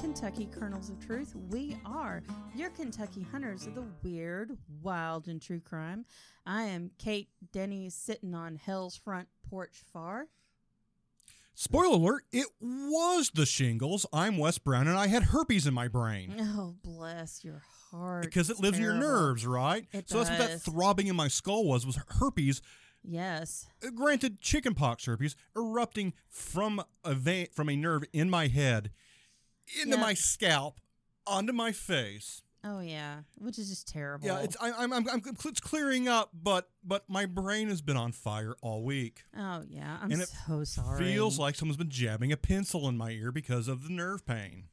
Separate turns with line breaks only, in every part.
Kentucky Kernels of Truth. We are your Kentucky hunters of the weird, wild, and true crime. I am Kate Denny sitting on Hell's front porch far.
Spoiler alert, it was the shingles. I'm Wes Brown and I had herpes in my brain.
Oh, bless your heart.
Because it
It's
lives in your
terrible.
nerves, right?
It
so that's what that
does.
throbbing in my skull was, was herpes,
Yes.
uh, granted chickenpox herpes, erupting from a vein, from a nerve in my head, into
Yeah.
my scalp, onto my face.
Oh, yeah. Which is just terrible.
Yeah, it's I, I'm, I'm, I'm it's clearing up, but but my brain has been on fire all week.
oh, yeah. I'm
and it
so sorry.
Feels like someone's been jabbing a pencil in my ear because of the nerve pain.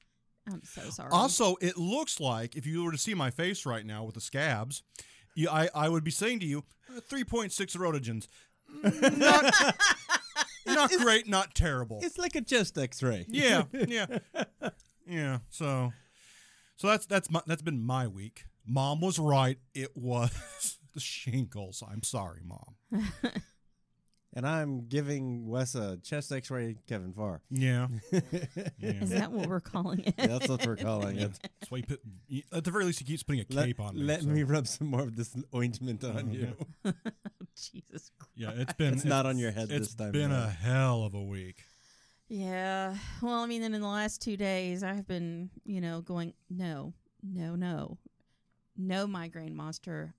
I'm so sorry.
Also, it looks like if you were to see my face right now with the scabs, you, I, I would be saying to you, "Uh, 3.6 rotogens. Not, not great, not terrible.
It's like a chest X-ray.
Yeah, yeah, yeah. So, so that's that's my, that's been my week. Mom was right. It was the shingles. I'm sorry, mom.
And I'm giving Wes a chest X-ray, Kevin Farr.
Yeah,
is that what we're calling it?
Yeah, that's what we're calling it.
that's why he put, he- at the very least he keeps putting a
Let,
cape on me.
let
so-
me rub some more of this ointment on you.
Jesus Christ.
Yeah, it's been
It's not on your head
it's
this time
been a
around.
hell of a week.
Yeah. Well, I mean, then in the last two days, I've been, you know, going, no, no, no, no migraine monster.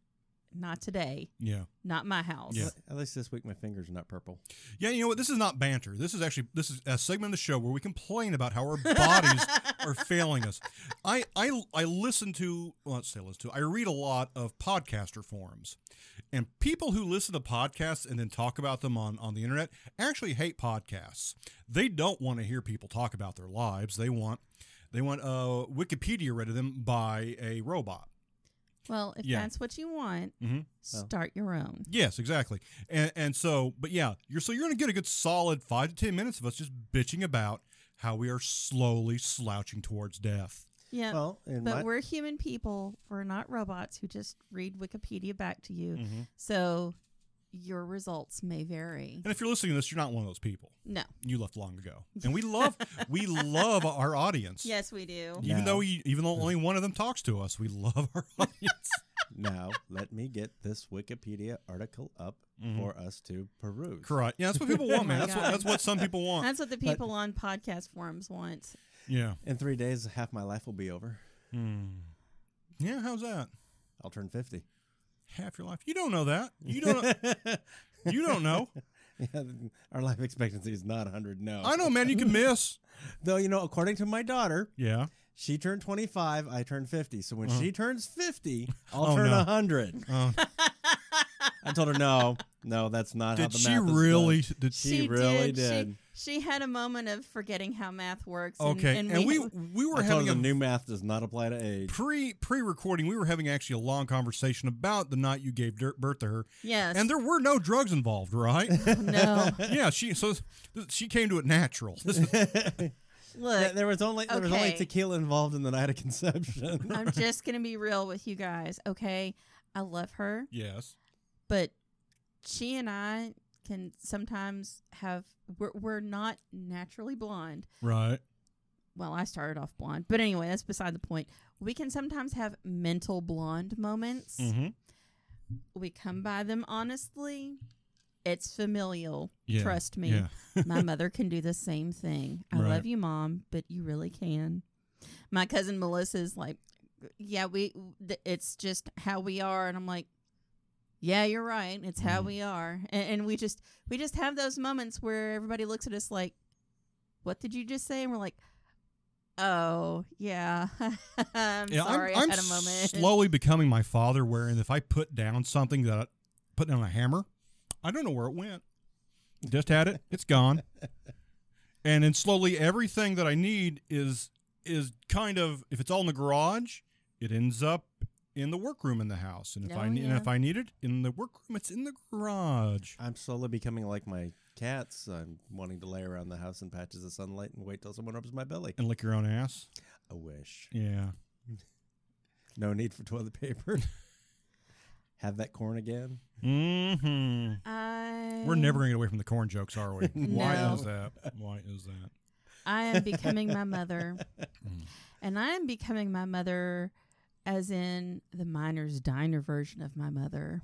Not today.
Yeah.
Not my house.
Yeah.
At least this week my fingers are not purple.
Yeah, you know what? This is not banter. This is actually this is a segment of the show where we complain about how our bodies are failing us. I I I listen to well, let's say listen to. I read a lot of podcaster forums, and people who listen to podcasts and then talk about them on on the internet actually hate podcasts. They don't want to hear people talk about their lives. They want they want uh, Wikipedia read to them by a robot.
Well, if
Yeah.
that's what you want,
Mhm.
start your own.
Yes, exactly. And and so, but yeah, you're so you're gonna get a good solid five to ten minutes of us just bitching about how we are slowly slouching towards death.
Yeah.
Well, in
but
my-
we're human people. We're not robots who just read Wikipedia back to
Mm.
you.
Mm-hmm.
So your results may vary.
And if you're listening to this, you're not one of those people.
No.
You left long ago, and we love we love our audience.
Yes, we do.
Even
No.
though we, even though only one of them talks to us, we love our audience.
Now let me get this Wikipedia article up
Mm-hmm.
for us to peruse.
Correct. Yeah, that's what people want, man.
Oh my
That's what
God.
that's what some people want.
That's what the people on podcast forums want.
yeah.
In three days, half my life will be over.
Yeah. How's that?
I'll turn fifty.
Half your life. You don't know that. You don't. you don't know.
Yeah, our life expectancy is not hundred. No,
I know, man. You can miss.
Though you know, according to my daughter,
Yeah.
She turned 25, I turned 50. So when she turns 50, I'll
Uh-huh. Oh,
turn
no. Oh.
100. I told her, no, no, that's not how
Did
the
she
math is
really?
done."
Did
She really did.
She, she had a moment of forgetting how math works. and-
Okay,
and,
and, we
we,
we were
I told
having
her
a
the new math does not apply to age.
pre pre recording. We were having actually a long conversation about the night you gave dir- birth to her.
Yes.
and there were no drugs involved, right?
no
yeah, she so th- she came to it natural. This is-
There-
look.
There was only there was only
Okay.
tequila involved in the night of conception.
I'm just gonna be real with you guys. Okay, I love her,
yes,
but she and I can sometimes have we're, we're not naturally blonde.
right.
Well, I started off blonde, but anyway, that's beside the point. We can sometimes have mental blonde moments.
Mhm.
We come by them honestly. It's familial.
Yeah,
Trust me.
yeah.
My mother can do the same thing. I
Right.
love you, mom, but you really can. My cousin Melissa's like, yeah, we. th- It's just how we are, and I'm like, yeah, you're right. It's
Mm.
how we are, and, and we just we just have those moments where everybody looks at us like, what did you just say? And we're like, oh yeah, I'm
Yeah,
sorry.
I'm, I'm
I had a moment.
slowly becoming my father. Wherein if I put down something that I, put down a hammer, I don't know where it went. Just had it. It's gone. and then slowly everything that I need is is kind of if it's all in the garage, it ends up in the workroom in the house. And if I
Oh,
need and
yeah.
if I need it in the workroom, it's in the garage.
I'm slowly becoming like my cats. I'm wanting to lay around the house in patches of sunlight and wait till someone rubs my belly.
And lick your own ass.
I wish.
Yeah.
No need for toilet paper. Have that corn again.
Mm-hmm.
I
We're never gonna get away from the corn jokes, are we? Why
No.
is that? Why is that?
I am becoming my mother. and I am becoming my mother, as in the miner's diner version of my mother.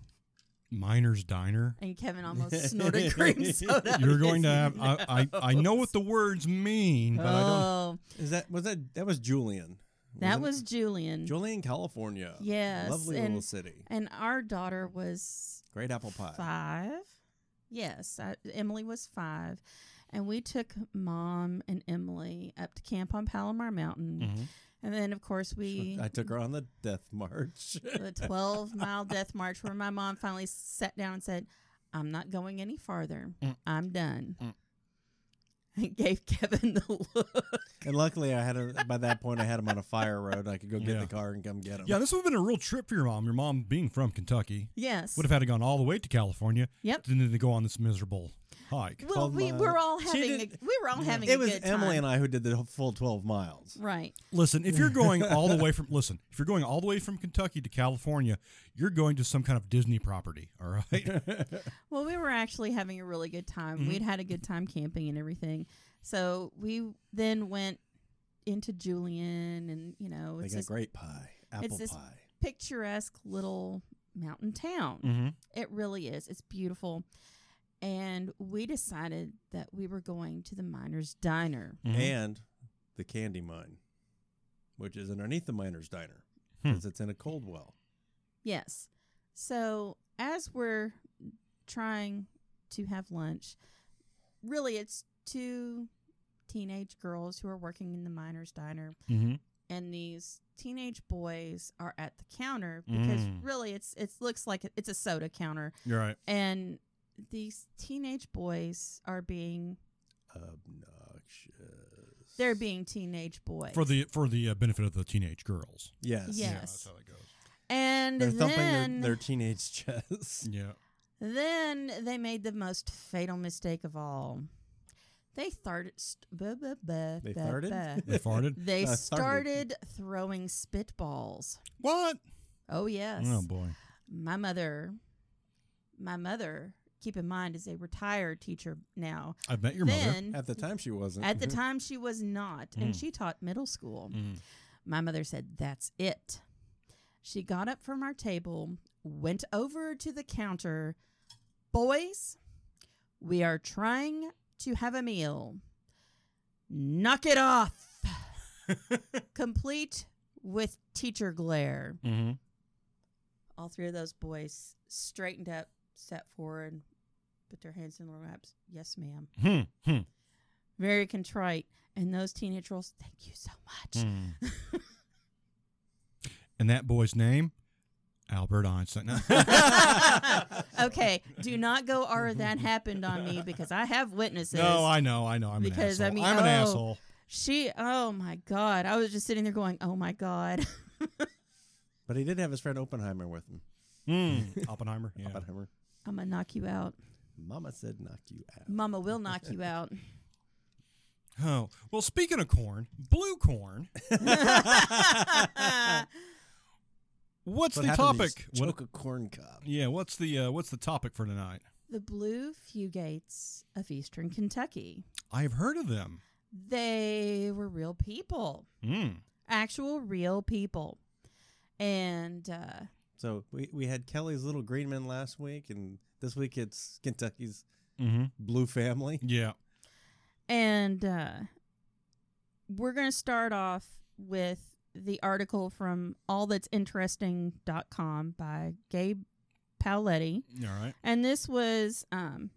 Miner's Diner.
And Kevin almost snorted cream soda.
You're going to have. I, I, I know what the words mean, but I don't.
Oh,
Is that was that that was Julian?
that
Wasn't
was Julian.
it? Julian, California.
Mm-hmm. Yes,
lovely little
and-
city.
and our daughter was
Great
Oh,
apple pie.
Five. Yes, I, Emily was five, and we took mom and Emily up to camp on Palomar Mountain,
Mhm.
and then of course we
I took her on the death march.
the twelve mile death march where my mom finally sat down and said, "I'm not going any farther.
Mm.
I'm done."
Mm.
And gave Kevin the look.
and luckily, I had him by that point. I had him on a fire road. I could go get in
Yeah.
the car and come get him.
Yeah, this would have been a real trip for your mom. Your mom, being from Kentucky,
Yes.
would have had to gone all the way to California.
Yep.
Didn't they go on this miserable hike?
well,
called
we
my-
were all
She
having a,
did-
we were all having
it
a
was
good time.
Emily and I who did the full twelve miles.
Right.
Listen, if you're going all the way from listen, if you're going all the way from Kentucky to California, you're going to some kind of Disney property. All right.
Well, we were actually having a really good time.
Mm-hmm.
Mhm.
We'd had a good time camping and everything. So we then went into Julian, and you know,
They
it's
got
this
great pie, apple
this-
pie.
picturesque little mountain town.
mm-hmm.
It really is. It's beautiful. And we decided that we were going to the Miners Diner.
Mm-hmm.
and the candy mine, which is underneath the miner's diner
Hmm.
because it's in a cold well.
Yes. So as we're trying to have lunch, really it's two teenage girls who are working in the miners diner
hmm
and these teenage boys are at the counter because
Mm.
really it's it looks like it's a soda counter
You're right.
and these teenage boys are being
Obnoxious.
they're being teenage boys
For the for the uh, benefit of the teenage girls.
yes,
Yeah. Yes.
that's how that goes.
and
They're thumping
then
their, their teenage chests.
Yeah.
Then they made the most fatal mistake of all. They started. St- buh, buh, buh,
They
buh,
farted?
buh.
They farted.
They
Uh, started.
started throwing spitballs.
What?
Oh yes,
Oh boy.
my mother. My mother. Keep in mind, is a retired teacher now.
I bet your mother.
then
At the time, she wasn't.
at the time she was not, and
Mm-hmm. Mm.
she taught middle school.
Mm.
My mother said, That's it. She got up from our table, went over to the counter. Boys, we are trying to have a meal. Knock it off. Complete with teacher glare.
Mm-hmm.
All three of those boys straightened up, sat forward, put their hands in their laps. Yes, ma'am.
Hmm. Hmm.
Very contrite. And those teenage girls, thank you so much.
Hmm. and that boy's name, Albert Einstein. No. Mm.
okay, do not go or that happened on me because I have witnesses.
Mm-hmm. No, I know, I know. I'm
Because, I
an
mean,
asshole. I'm an
oh.
asshole.
she oh my god, I was just sitting there going, "Oh my god."
but he did have his friend Oppenheimer with him.
Hmm.
Mm. Oppenheimer. Yeah.
Oppenheimer.
I'm going to knock you out.
Mama said, "Knock you out."
Mama will knock you out.
Oh well, speaking of corn, blue corn. What's
What
the
happened to
topic?
these
What-
Choke a corn cob.
yeah, what's the uh, what's the topic for tonight?
the Blue Fugates of Eastern Kentucky.
I've heard of them.
They were real people.
Mm.
Actual real people. And uh
So we, we had Kelly's little green men last week, and this week it's Kentucky's
Mm-hmm.
blue family.
Yeah.
And uh, we're going to start off with the article from allthat'sinteresting.com by Gabe Paoletti.
All right.
And this was um,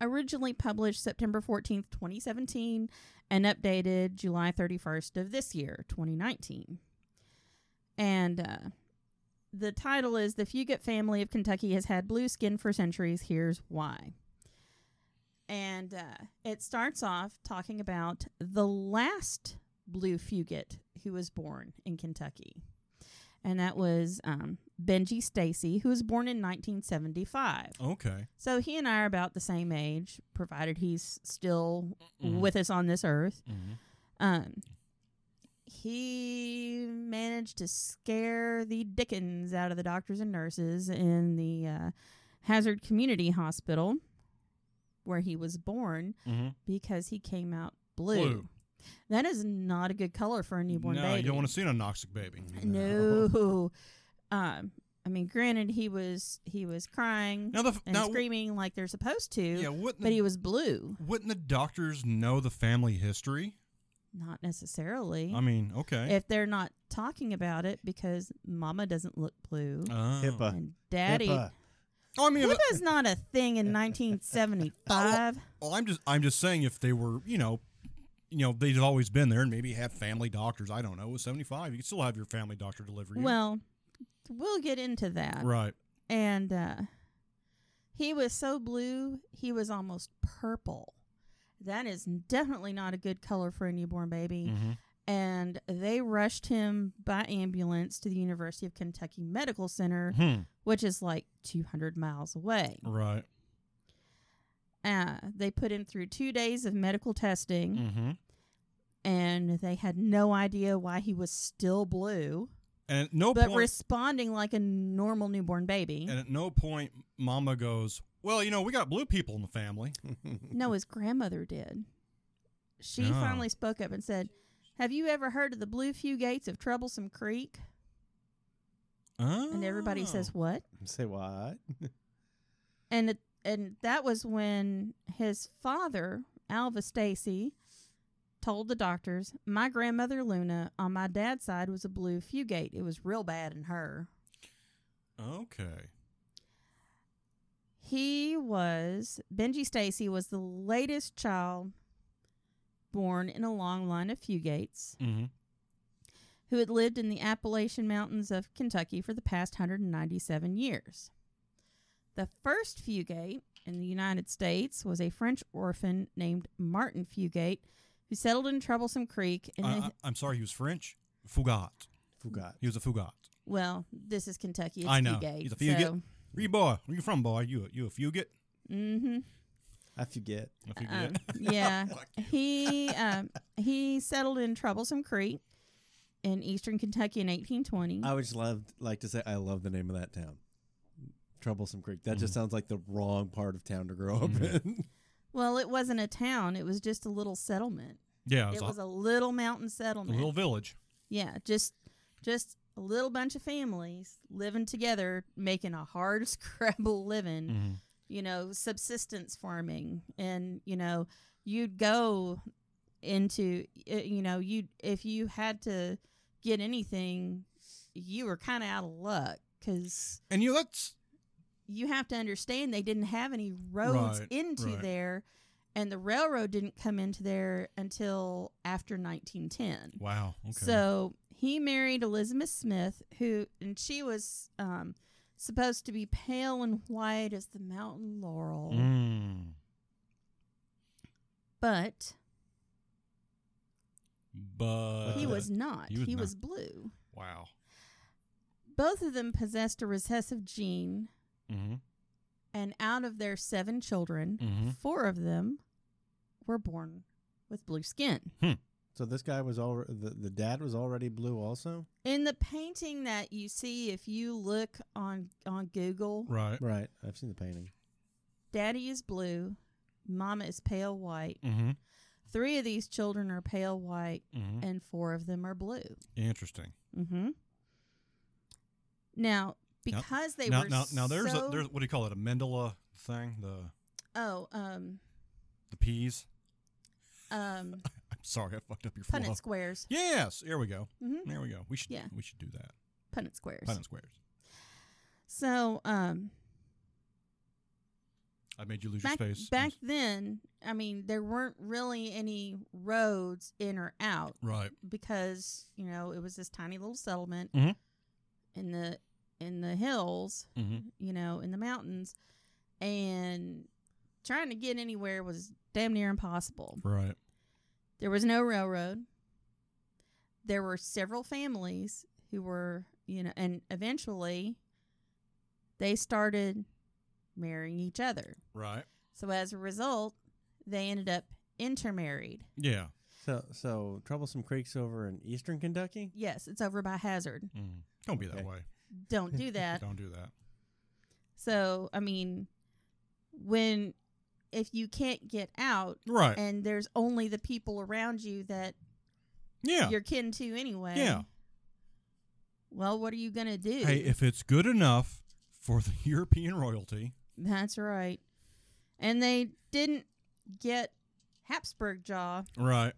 originally published September 14th, 2017, and updated July 31st of this year, 2019. And uh, the title is The Fugit Family of Kentucky Has Had Blue Skin for Centuries. Here's Why. And uh, it starts off talking about the last blue fugit who was born in Kentucky and that was um, Benji Stacy, who was born in 1975.
Okay.
So he and I are about the same age, provided he's still
Mhm.
with us on this earth.
Mhm.
Um, he managed to scare the dickens out of the doctors and nurses in the uh, Hazard Community Hospital where he was born
Mhm.
because he came out blue.
Blue.
That is not a good color for a newborn
no,
baby.
you don't want to see an anoxic baby.
No. Um, I mean, granted, he was he was crying
Now the f-
and
now
screaming like they're supposed to,
yeah, wouldn't
but he was blue.
wouldn't the doctors know the family history?
Not necessarily.
I mean, okay.
if they're not talking about it because Mama doesn't look blue
Oh.
HIPAA.
and Daddy
HIPAA.
Oh, I mean, if-
HIPAA's not a thing in 1975.
well, oh, I'm just I'm just saying if they were, you know, you know, they'd always been there and maybe had family doctors. I don't know. With 75, you could still have your family doctor deliver you.
well, uh, we'll get into that.
right.
and uh, he was so blue he was almost purple that is definitely not a good color for a newborn baby
Mm-hmm.
and they rushed him by ambulance to the university of kentucky medical center
Hmm.
which is like 200 miles away
Right.
uh, they put him through two days of medical testing
Mm-hmm.
and they had no idea why he was still blue
And at no
but
point,
responding like a normal newborn baby
and at no point, Mama goes, "Well, you know, we got blue people in the family."
uh,
No, his grandmother did. She
Oh.
finally spoke up and said, Have you ever heard of the Blue Few Gates of Troublesome Creek?
Oh.
And everybody says, What?
Say what?
And it, and that was when his father, Alva Stacy, told the doctors, My grandmother Luna on my dad's side was a blue fugate. It was real bad in her.
"Okay."
He was Benji Stacy was the latest child born in a long line of fugates.
Mm-hmm.
who had lived in the Appalachian Mountains of Kentucky for the past 197 years. The first Fugate in the United States was a French orphan named Martin Fugate who settled in Troublesome Creek. And
I,
then-
I, I'm sorry, he was French. Fugat.
Forgot.
He was a Fugat.
well, this is Kentucky. It's
I know.
Fugate.
He's a Fugate. Where you boy? Where you from, boy? You a, you a Fugit?
mm-hmm.
I forget.
A Fugit?
Um, yeah,
Fuck
he um, he settled in Troublesome Creek in eastern Kentucky in 1820.
Uh,
I would just love like to say I love the name of that town. Troublesome Creek. That
Mm-hmm.
just sounds like the wrong part of town to grow up in.
well, it wasn't a town; it was just a little settlement.
yeah, it
It
was,
was a little mountain
a, a
settlement.
little village.
Yeah, just just a little bunch of families living together, making a hard scrabble living,
Mm-hmm.
you know, subsistence farming. And, you know, you'd go into uh, you know, you if you had to get anything, you were kind of out of luck cuz
And you know that's
you have to understand they didn't have any roads
Right,
into
right.
there and the railroad didn't come into there until after 1910.
wow. Okay.
So he married Elizabeth Smith, who and she was um, supposed to be pale and white as the mountain laurel,
Mm.
but
But
he was not.
Uh, he
He was,
was not.
blue.
wow.
Both of them possessed a recessive gene,
Mm-hmm.
and out of their seven children,
Mhm.
four of them were born with blue skin.
So this guy was all the, the dad was already blue also?
In the painting that you see, if you look on on Google,
Right.
Right. I've seen the painting.
Daddy is blue, Mama is pale white.
Mm-hmm.
Three of these children are pale white,
Mm-hmm.
and four of them are blue.
Interesting.
Mm-hmm. Now,
Now-
because they
now,
were
now, now there's
so,
a there's what do you call it? A mandala thing? The
oh um
the peas.
um
I'm sorry, I fucked up your flow.
Punnett squares,
Yes, there we go.
mm-hmm.
There we go. We should
Yeah.
we should do that.
Punnett squares.
Planet squares.
So um
I made you lose
back
your space.
back then, I mean, there weren't really any roads in or out.
Right.
because you know it was this tiny little settlement
Mhm.
in the in the hills,
Mhm.
you know, in the mountains, and trying to get anywhere was damn near impossible.
Right.
There was no railroad. There were several families who were, you know, and eventually they started marrying each other.
Right.
So as a result, they ended up intermarried.
Yeah.
So so Troublesome Creek's over in eastern Kentucky?
Yes, it's over by Hazard.
Mm. Don't be that
Okay.
way.
Don't do that.
Don't do that.
So, I mean, when if you can't get out
Right.
and there's only the people around you that
Yeah.
you're kin to anyway.
Yeah.
Well, what are you gonna do?
Hey, if it's good enough for the European royalty,
That's right. And they didn't get Habsburg jaw.
right?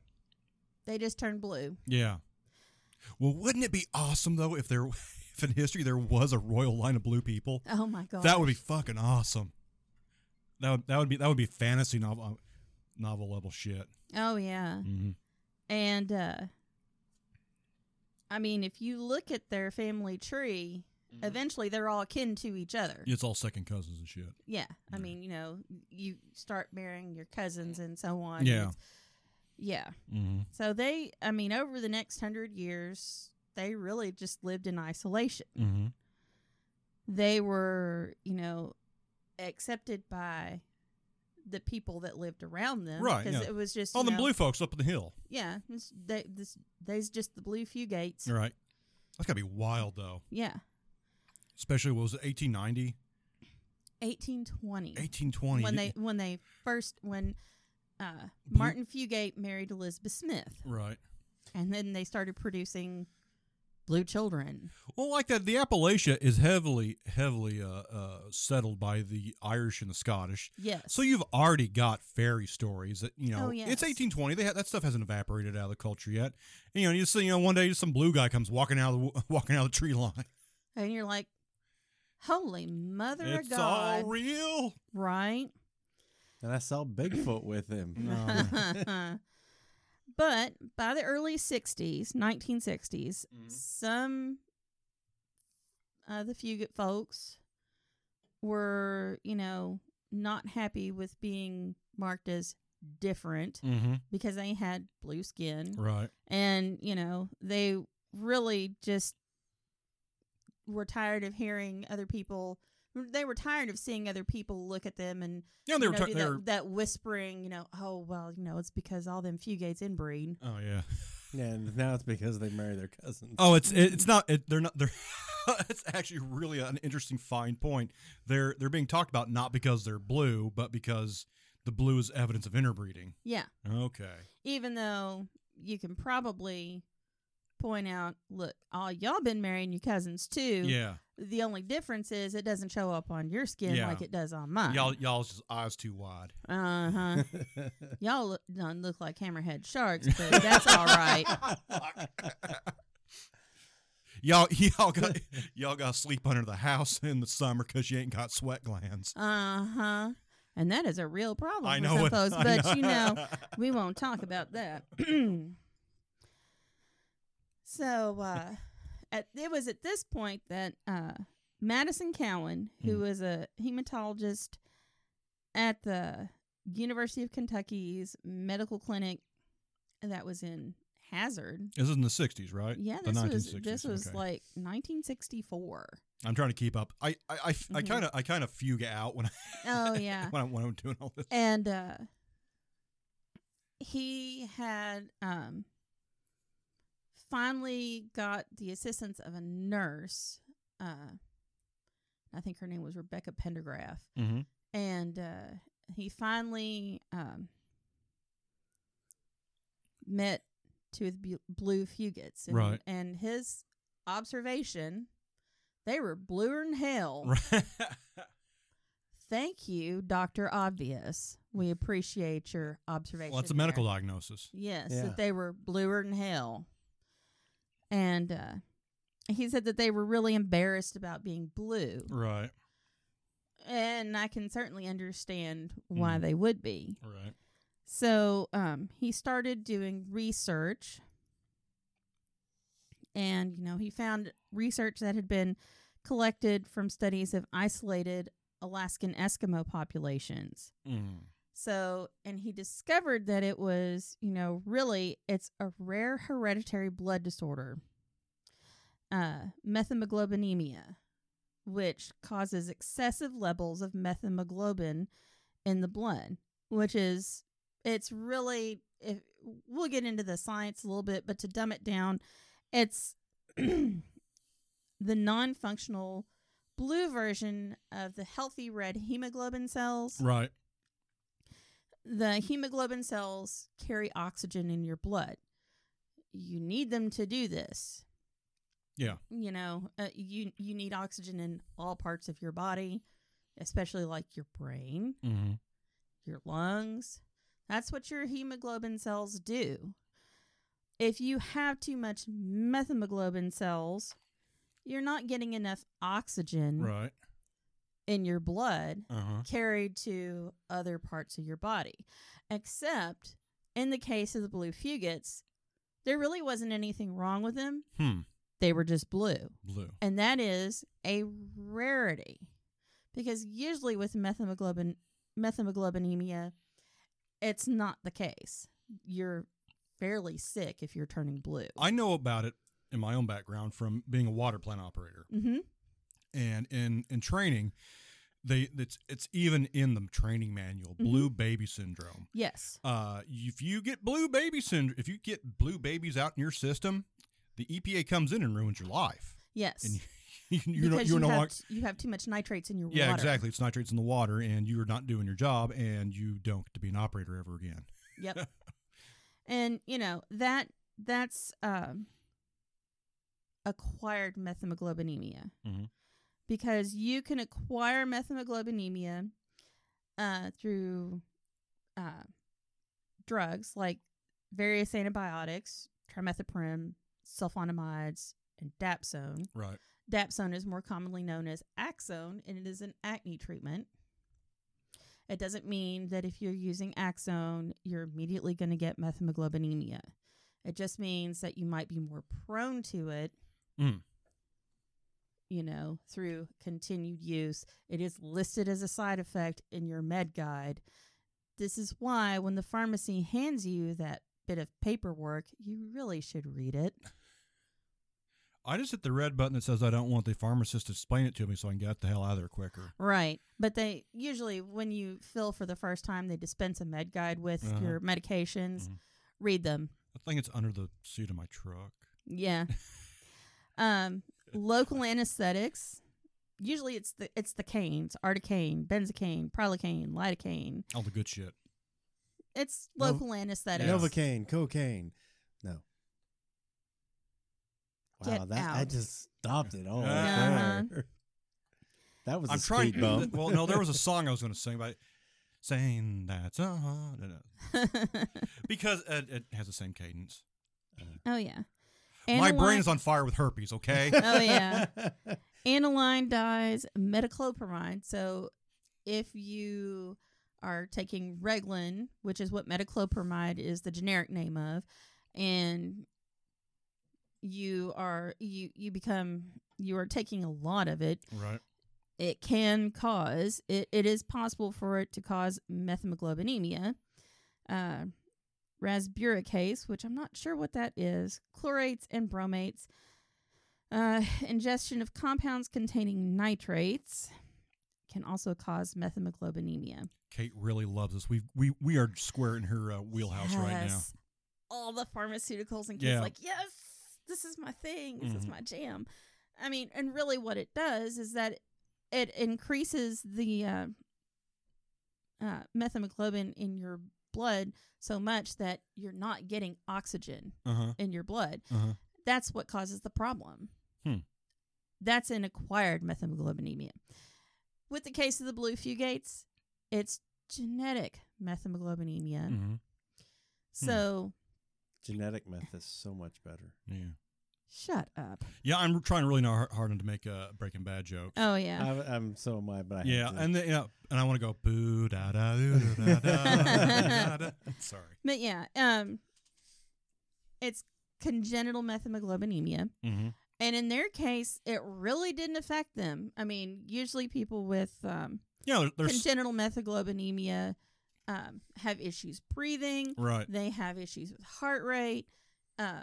They just turned blue.
Yeah. Well, wouldn't it be awesome though if there, if in history there was a royal line of blue people?
Oh my god.
That would be fucking awesome. That would, that would be that would be fantasy novel uh, novel level shit.
Oh yeah.
Mm-hmm.
And uh I mean, if you look at their family tree, eventually they're all kin to each other.
It's all second cousins and shit.
Yeah. I
Yeah.
mean, you know, you start marrying your cousins and so on. and
Yeah.
it's- Yeah.
Mm-hmm.
So they, I mean, over the next hundred years, they really just lived in isolation.
Mm-hmm.
They were, you know, accepted by the people that lived around them.
Right,
Because
yeah.
it was just.
All
you
Oh, the
know,
blue folks up on the hill.
Yeah. This, they, this, they's just the blue fugates.
All right. That's gotta be wild though.
Yeah.
Especially what was it 1890,
1820.
1820.
When they when they first when uh,
Blue-
Martin Fugate married Elizabeth Smith,
right.
and then they started producing blue children.
Well, like that, the Appalachia is heavily, heavily uh, uh, settled by the Irish and the Scottish.
Yes.
So you've already got fairy stories that you know
Oh, yes.
it's 1820. They ha- that stuff hasn't evaporated out of the culture yet. And, you know, you see, you know, one day some blue guy comes walking out of the w- walking out of the tree line.
and you're like, holy mother
it's
of God,
all real.
right?
And I saw Bigfoot with him.
but by the early 60s, 1960s, some of the Fugate folks were, you know, not happy with being marked as different
Mm-hmm.
because they had blue skin.
Right.
and you know they really just were tired of hearing other people they were tired of seeing other people look at them and
Yeah, they
you
were.
know,
ta-
do
they
that,
were
that whispering you know oh well you know it's because all them fugates inbreed
oh yeah.
Yeah, and now it's because they marry their cousins.
Oh, it's it, it's not. It, they're not. They're. That's actually really an interesting fine point. They're they're being talked about not because they're blue, but because the blue is evidence of interbreeding.
yeah
Okay.
even though you can probably point out look all y'all been marrying your cousins too
Yeah.
the only difference is it doesn't show up on your skin
Yeah.
like it does on mine
Y'all y'all's just eyes too wide.
uh-huh y'all look, don't look like hammerhead sharks but that's all right
Y'all y'all got y'all got to sleep under the house in the summer because you ain't got sweat glands.
Uh huh. And that is a real problem.
I
for
know
some
it.
folks,
I
but you know, we won't talk about that. so uh, at, it was at this point that uh, Madison Cowan,
Hmm.
who was a hematologist at the University of Kentucky's medical clinic that was in Hazard.
This is in the '60s, right?
Yeah,
Uh, the
this
1960s.
was this was
okay.
like 1964.
I'm trying to keep up. I I I,
Mhm.
kind of I kind of fugue out when I
Oh yeah.
when, I, when I'm doing all this.
and uh he had um finally got the assistance of a nurse uh i think her name was rebecca pendergraph
Mm-hmm.
and uh he finally um met two of the bu- blue fugates and,
Right.
and his observation they were bluer than hell
Right.
Thank you, Dr. Obvious. We appreciate your observation.
well, it's a
there.
medical diagnosis.
Yes,
Yeah.
that they were bluer than hell. And uh, he said that they were really embarrassed about being blue.
Right.
And I can certainly understand why
Mhm.
they would be.
Right.
So um, he started doing research. And, you know, he found research that had been collected from studies of isolated Alaskan Eskimo populations.
Mm.
So, and he discovered that it was, you know, really, it's a rare hereditary blood disorder, uh, methemoglobinemia, which causes excessive levels of methemoglobin in the blood, which is, it's really, if, we'll get into the science a little bit, but to dumb it down, it's the non functional blue version of the healthy red hemoglobin cells
Right.
the hemoglobin cells carry oxygen in your blood. You need them to do this.
Yeah.
You know, uh, you you need oxygen in all parts of your body, especially like your brain,
Mm-hmm.
your lungs. That's what your hemoglobin cells do. If you have too much methemoglobin cells, you're not getting enough oxygen
Right.
in your blood
Uh huh.
carried to other parts of your body. Except in the case of the blue fugates, there really wasn't anything wrong with them.
Hmm.
They were just blue.
Blue.
And that is a rarity. Because usually with methemoglobin methemoglobinemia, it's not the case. You're fairly sick if you're turning blue.
I know about it in my own background from being a water plant operator,
mm-hmm.
and in in training, they it's it's even in the training manual.
Mm-hmm.
Blue baby syndrome.
Yes.
Uh, if you get blue baby syndrome, if you get blue babies out in your system, the EPA comes in and ruins your life.
Yes.
And you you're not,
because
you're
you,
no
have
longer-
t- you have too much nitrates in your
yeah,
water.
exactly. It's nitrates in the water, and you're not doing your job, and you don't get to be an operator ever again.
Yep. and you know that that's um, acquired methemoglobinemia
Mhm.
because you can acquire methemoglobinemia uh, through uh, drugs like various antibiotics, trimethoprim, sulfonamides, and dapsone.
Right.
Dapsone is more commonly known as Axone, and it is an acne treatment. It doesn't mean that if you're using Axone, you're immediately going to get methemoglobinemia. It just means that you might be more prone to it,
Mm.
you know, through continued use. It is listed as a side effect in your med guide. This is why when the pharmacy hands you that bit of paperwork, you really should read it.
I just hit the red button that says I don't want the pharmacist to explain it to me, so I can get the hell out of there quicker.
Right. But they usually, when you fill for the first time, they dispense a med guide with
Uh-huh.
your medications.
Mhm.
Read them.
I think it's under the seat of my truck.
Yeah. um, local anesthetics. Usually it's the it's the canes, articaine, benzocaine, prilocaine, lidocaine.
All the good shit.
It's
Nov-
local anesthetics.
Novocaine, cocaine. No. Wow,
Get
that I
out.
just stopped it all.
Uh-huh.
right there. That was a
I'm trying.
speed bump.
well, no, there was a song I was going to sing, but saying that's a no, no. because it, it has the same cadence.
oh yeah.
my
Aniline-
brain's on fire with herpes. Okay.
Oh yeah. aniline dyes metoclopride. So if you are taking Reglan, which is what metoclopride is the generic name of, and you are you you become you are taking a lot of it,
right.
it can cause it, it is possible for it to cause methemoglobinemia uh, rasburicase which i'm not sure what that is chlorates and bromates uh, ingestion of compounds containing nitrates can also cause methemoglobinemia
Kate really loves us. We we we are square in her uh, wheelhouse right now.
Yes. all the pharmaceuticals and kids
Yeah.
like yes this is my thing this is
Mhm.
my jam i mean and really what it does is that it increases the uh, uh, methemoglobin in your blood so much that you're not getting oxygen
Uh huh.
in your blood
Uh huh.
that's what causes the problem
Hmm.
that's an acquired methemoglobinemia with the case of the blue fugates it's genetic methemoglobinemia
hmm
so
Genetic meth is so much better.
Yeah.
Shut up.
Yeah. I'm trying really not har- hard not to make a Breaking Bad joke.
Oh
Uh,
yeah.
I, I'm so am I, but I had
yeah,
to.
and the, yeah, and I want to go boo da da doo, da da da da da. Sorry.
But yeah, um it's congenital methemoglobinemia.
Mm-hmm.
And in their case, it really didn't affect them. I mean, usually people with um
Yeah, there- there's
congenital methemoglobinemia um have issues breathing,
right.
they have issues with heart rate, uh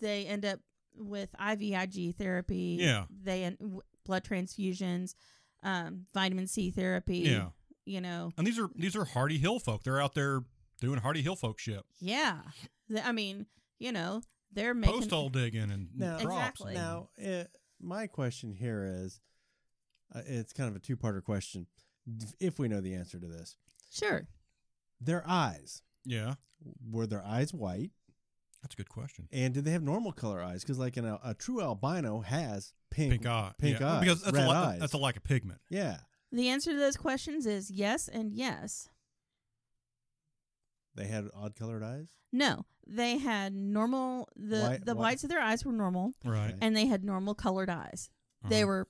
they end up with IVIG therapy.
Yeah.
They and w- blood transfusions, um vitamin C therapy.
Yeah,
You know,
and these are these are Hardy Hill folk. They're out there doing Hardy Hill folk shit,
Yeah. Th- I mean, you know, they're making
post hole digging and
No.
props.
Exactly.
Now, eh, my question here is, uh, it's kind of a two-parter question. If we know the answer to this,
Sure.
Their eyes.
Yeah,
Were their eyes white?
that's a good question.
And did they have normal color eyes? Because like an, al- a true albino has pink.
Pink eye.
pink
yeah.
eyes,
Because that's
red
a lack,
eyes.
that's a lack of pigment.
Yeah,
The answer to those questions is yes and yes.
they had odd colored eyes.
No, they had normal the
White-
the
white-
whites of their eyes were normal,
Right.
Okay.
and they had normal colored eyes. They
Uh-huh.
were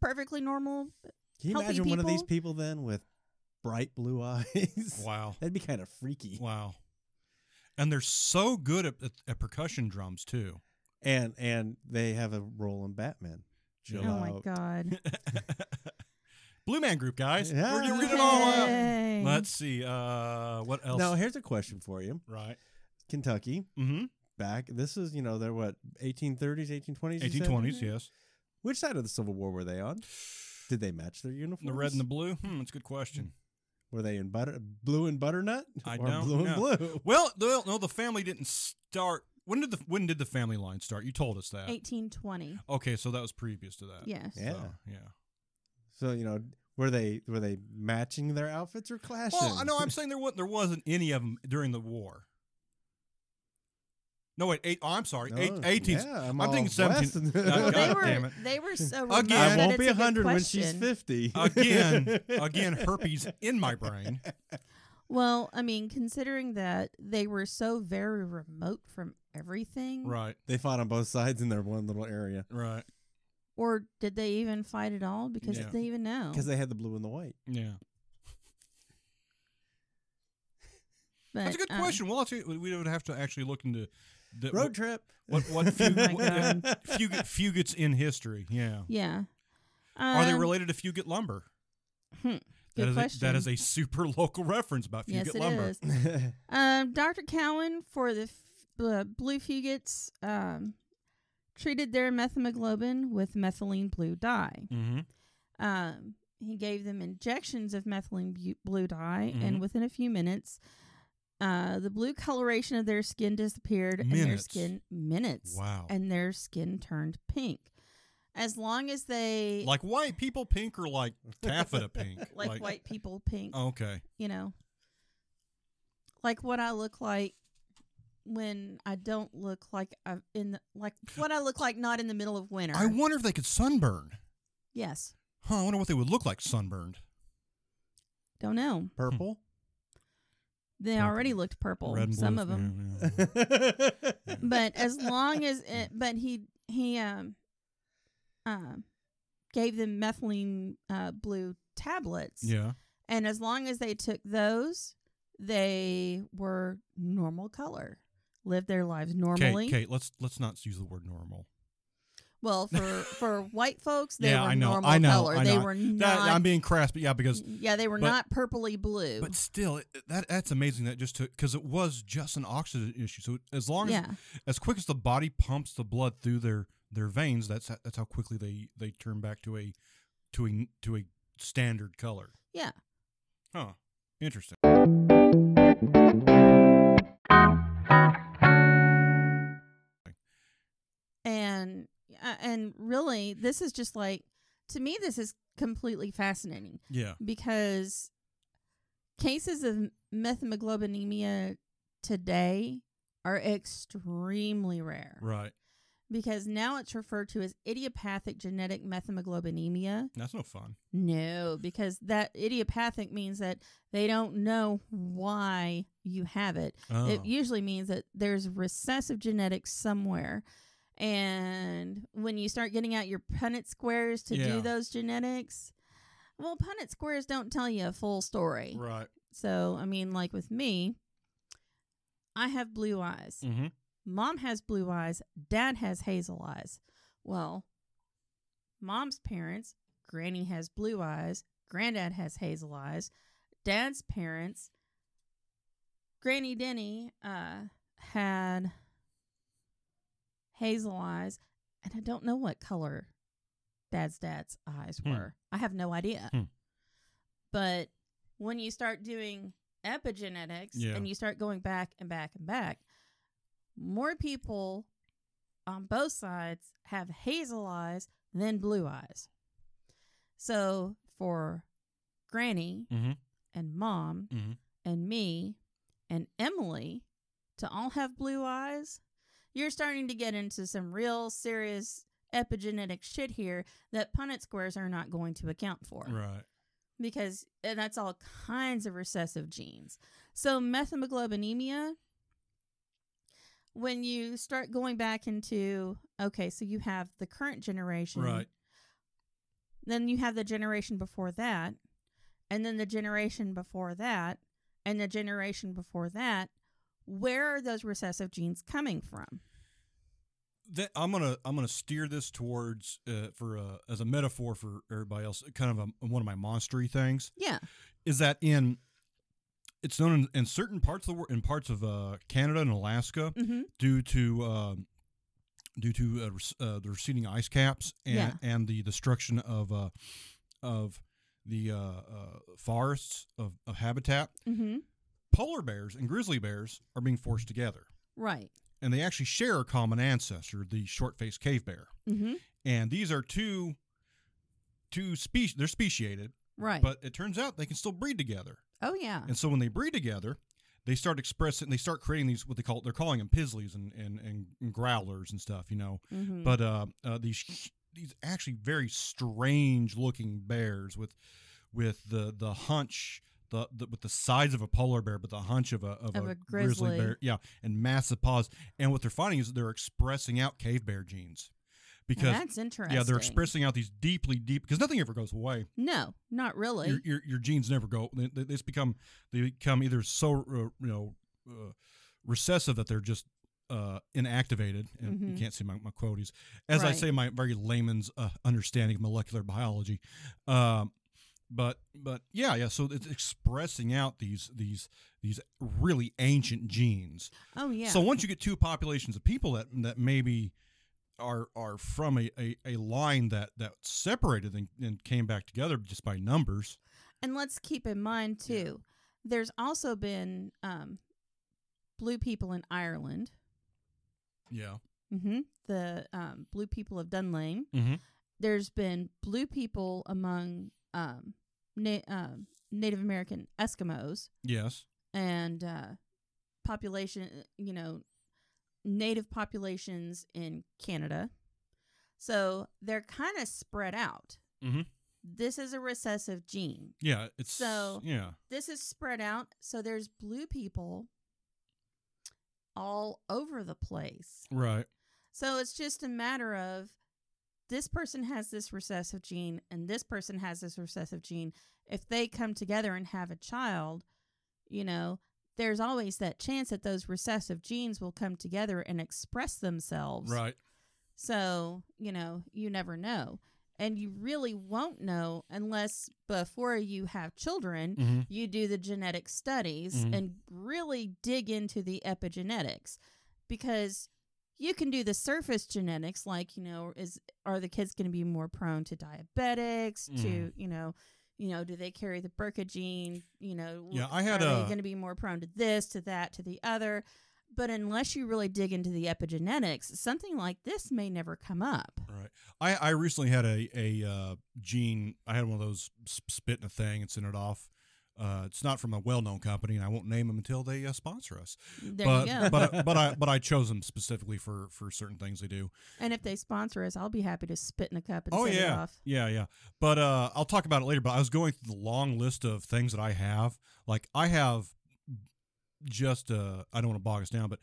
perfectly normal.
Can you
Healthy
imagine one of these people then with bright blue eyes?
Wow.
That'd be kind of freaky.
Wow. And they're so good at, at, at percussion drums too.
And and they have a role in Batman.
Chill
Oh my
out.
god!
Blue Man Group guys. We're, gonna- we're getting
Yeah.
all out.
Yay.
Let's see. Uh, what else?
Now here's a question for you.
right.
Kentucky
Mm-hmm.
back. This is you know they're what 1830s, 1820s, you said?
1820s. Yes.
Which side of the Civil War were they on? Did they match their uniforms?
The red and the blue. Hmm. That's a good question.
were they in butter blue and butternut
I
or
don't know.
blue and blue?
Well, the, no, the family didn't start. When did the when did the family line start? You told us that.
eighteen twenty.
Okay, so that was previous to that.
Yes.
So,
Yeah.
yeah.
So you know were they were they matching their outfits or clashing?
Well, I know I'm saying there wasn't there wasn't any of them during the war. No wait, eight, oh, I'm sorry, eight,
Oh,
18.
yeah,
I'm
I'm all
thinking 17.
blessed in-
Well,
Well,
God
they were
damn it.
they were so remote
Again-
that
I won't
it's
be
a good
100 when she's
question.
50.
Again, again, herpes in my brain.
Well, I mean, considering that they were so very remote from everything,
Right,
They fought on both sides in their one little area
right,
or did they even fight at all? Because
Yeah.
did they even know?
because they had the blue and the white.
yeah.
But,
That's a good
um,
question. Well, I'll tell you, we would have to actually look into the,
Road trip.
what what fug-
Oh my
what- fug- fugits in history. Yeah,
Yeah.
are they
Um,
related to fugit lumber?
Good
that is
question.
a, that is a super local reference about fugit
yes, it
lumber.
is. Um, Dr. Cowan for the f- uh, blue fugates um, treated their methemoglobin with methylene blue dye.
Mm-hmm.
Um, he gave them injections of methylene bu- blue dye,
Mhm.
and within a few minutes, uh, the blue coloration of their skin disappeared, and their
Minutes.
skin minutes,
Wow.
and their skin turned pink. As long as they like,
like white people pink or like taffeta pink?
white people pink,
Okay.
you know, like what I look like when I don't look like I am in the, like what I look like not in the middle of winter.
I wonder if they could sunburn.
yes,
Huh, I wonder what they would look like sunburned.
don't know.
Purple.
They
Purple.
already looked purple. some of them. but as long as it, but he he um um gave them methylene uh, blue tablets
Yeah.
and as long as they took those they were normal color lived their lives normally
Kate, Kate, let's let's not use the word normal.
well for for white folks they
Yeah,
were
I know,
normal
I know,
color
I
they
know.
were
That,
not
I'm being crass, but yeah, because
yeah they were
but-
not purpley blue
but still it- that that's amazing that just took because it was just an oxygen issue. So as long as
yeah
as quick as the body pumps the blood through their their veins, that's ho- that's how quickly they they turn back to a to a to a standard color.
yeah
Huh. Interesting.
and uh, and really this is just like to me this is completely fascinating
Yeah.
because cases of methemoglobinemia today are extremely rare
Right.
because now it's referred to as idiopathic genetic methemoglobinemia.
That's no fun.
No, because that idiopathic means that they don't know why you have it.
Oh.
It usually means that there's recessive genetics somewhere. And when you start getting out your Punnett squares to
Yeah.
do those genetics, well, Punnett squares don't tell you a full story.
right.
So, I mean, like with me, I have blue eyes.
Mm-hmm.
Mom has blue eyes, dad has hazel eyes. Well, mom's parents, granny has blue eyes, granddad has hazel eyes. Dad's parents, granny Denny uh, had hazel eyes, and I don't know what color dad's dad's eyes
Hmm.
were. I have no idea.
Hmm.
But when you start doing epigenetics
Yeah.
and you start going back and back and back, more people on both sides have hazel eyes than blue eyes. So for Granny
Mhm.
and Mom
Mhm.
and me and Emily to all have blue eyes, you're starting to get into some real serious epigenetic shit here that Punnett squares are not going to account for
Right.
because and that's all kinds of recessive genes. So methemoglobinemia when you start going back into okay, so you have the current generation.
Right.
Then you have the generation before that, and then the generation before that, and the generation before that. Where are those recessive genes coming from?
That, I'm gonna I'm gonna steer this towards uh, for uh, as a metaphor for everybody else. Kind of a, one of my monstery things
Yeah.
is that in it's known in, in certain parts of the world in parts of uh, Canada and Alaska
Mm-hmm.
due to um, due to uh, rec- uh, the receding ice caps and
Yeah.
and the destruction of uh, of the uh, uh, forests of, of habitat.
Mm-hmm.
Polar bears and grizzly bears are being forced together,
Right.
and they actually share a common ancestor, the short-faced cave bear.
Mm-hmm.
And these are two two species. They're speciated,
Right.
but it turns out they can still breed together.
oh yeah.
And so when they breed together, they start expressing, they start creating these what they call they're calling them pisleys and and, and growlers and stuff, you know.
Mm-hmm.
But uh, uh, these hu- these actually very strange looking bears with with the the hunch. The, the, with the size of a polar bear, but the hunch of a of,
Of
a,
a grizzly.
bear, yeah, and massive paws. And what they're finding is they're expressing out cave bear genes, because
that's interesting.
yeah, they're expressing out these deeply deep because nothing ever goes away
No, not really.
your, your your genes never go. They, they, it's become they become either so uh, you know uh, recessive that they're just uh, inactivated, and you
Mhm.
can't see my, my quotes. As I
Right.
say, my very layman's uh, understanding of molecular biology. Um, but but yeah yeah. So it's expressing out these these these really ancient genes.
oh yeah.
So once you get two populations of people that that maybe are are from a, a, a line that that separated and, and came back together just by numbers.
And let's keep in mind
Yeah.
too, there's also been um, blue people in Ireland.
Yeah.
hmm The um, blue people of Dunlane.
Mm-hmm.
There's been blue people among um, na- um, Native American Eskimos
Yes.
and uh, population, you know, Native populations in Canada. So they're kind of spread out.
Mhm.
This is a recessive gene.
Yeah. It's
So-
yeah.
this is spread out so there's blue people all over the place
Right.
so it's just a matter of this person has this recessive gene and this person has this recessive gene if they come together and have a child you know there's always that chance that those recessive genes will come together and express themselves
Right.
so, you know, you never know. And you really won't know unless before you have children,
Mhm.
you do the genetic studies
Mhm.
and really dig into the epigenetics because you can do the surface genetics like, you know, is are the kids going to be more prone to diabetics,
Mm.
to, you know, you know, do they carry the Burka gene? You know,
Yeah, I had
are
a-
they going to be more prone to this, to that, to the other? But unless you really dig into the epigenetics, something like this may never come up.
Right. I I recently had a a uh, gene. I had one of those s- spit in a thing and sent it off. Uh, it's not from a well-known company, and I won't name them until they uh, sponsor us.
There
but
you go.
but but I but I chose them specifically for for certain things they do.
and if they sponsor us, I'll be happy to spit in a cup and
oh
send it
yeah,
off.
yeah, yeah. But uh, I'll talk about it later. But I was going through the long list of things that I have. Like I have just uh, I don't want to bog us down, but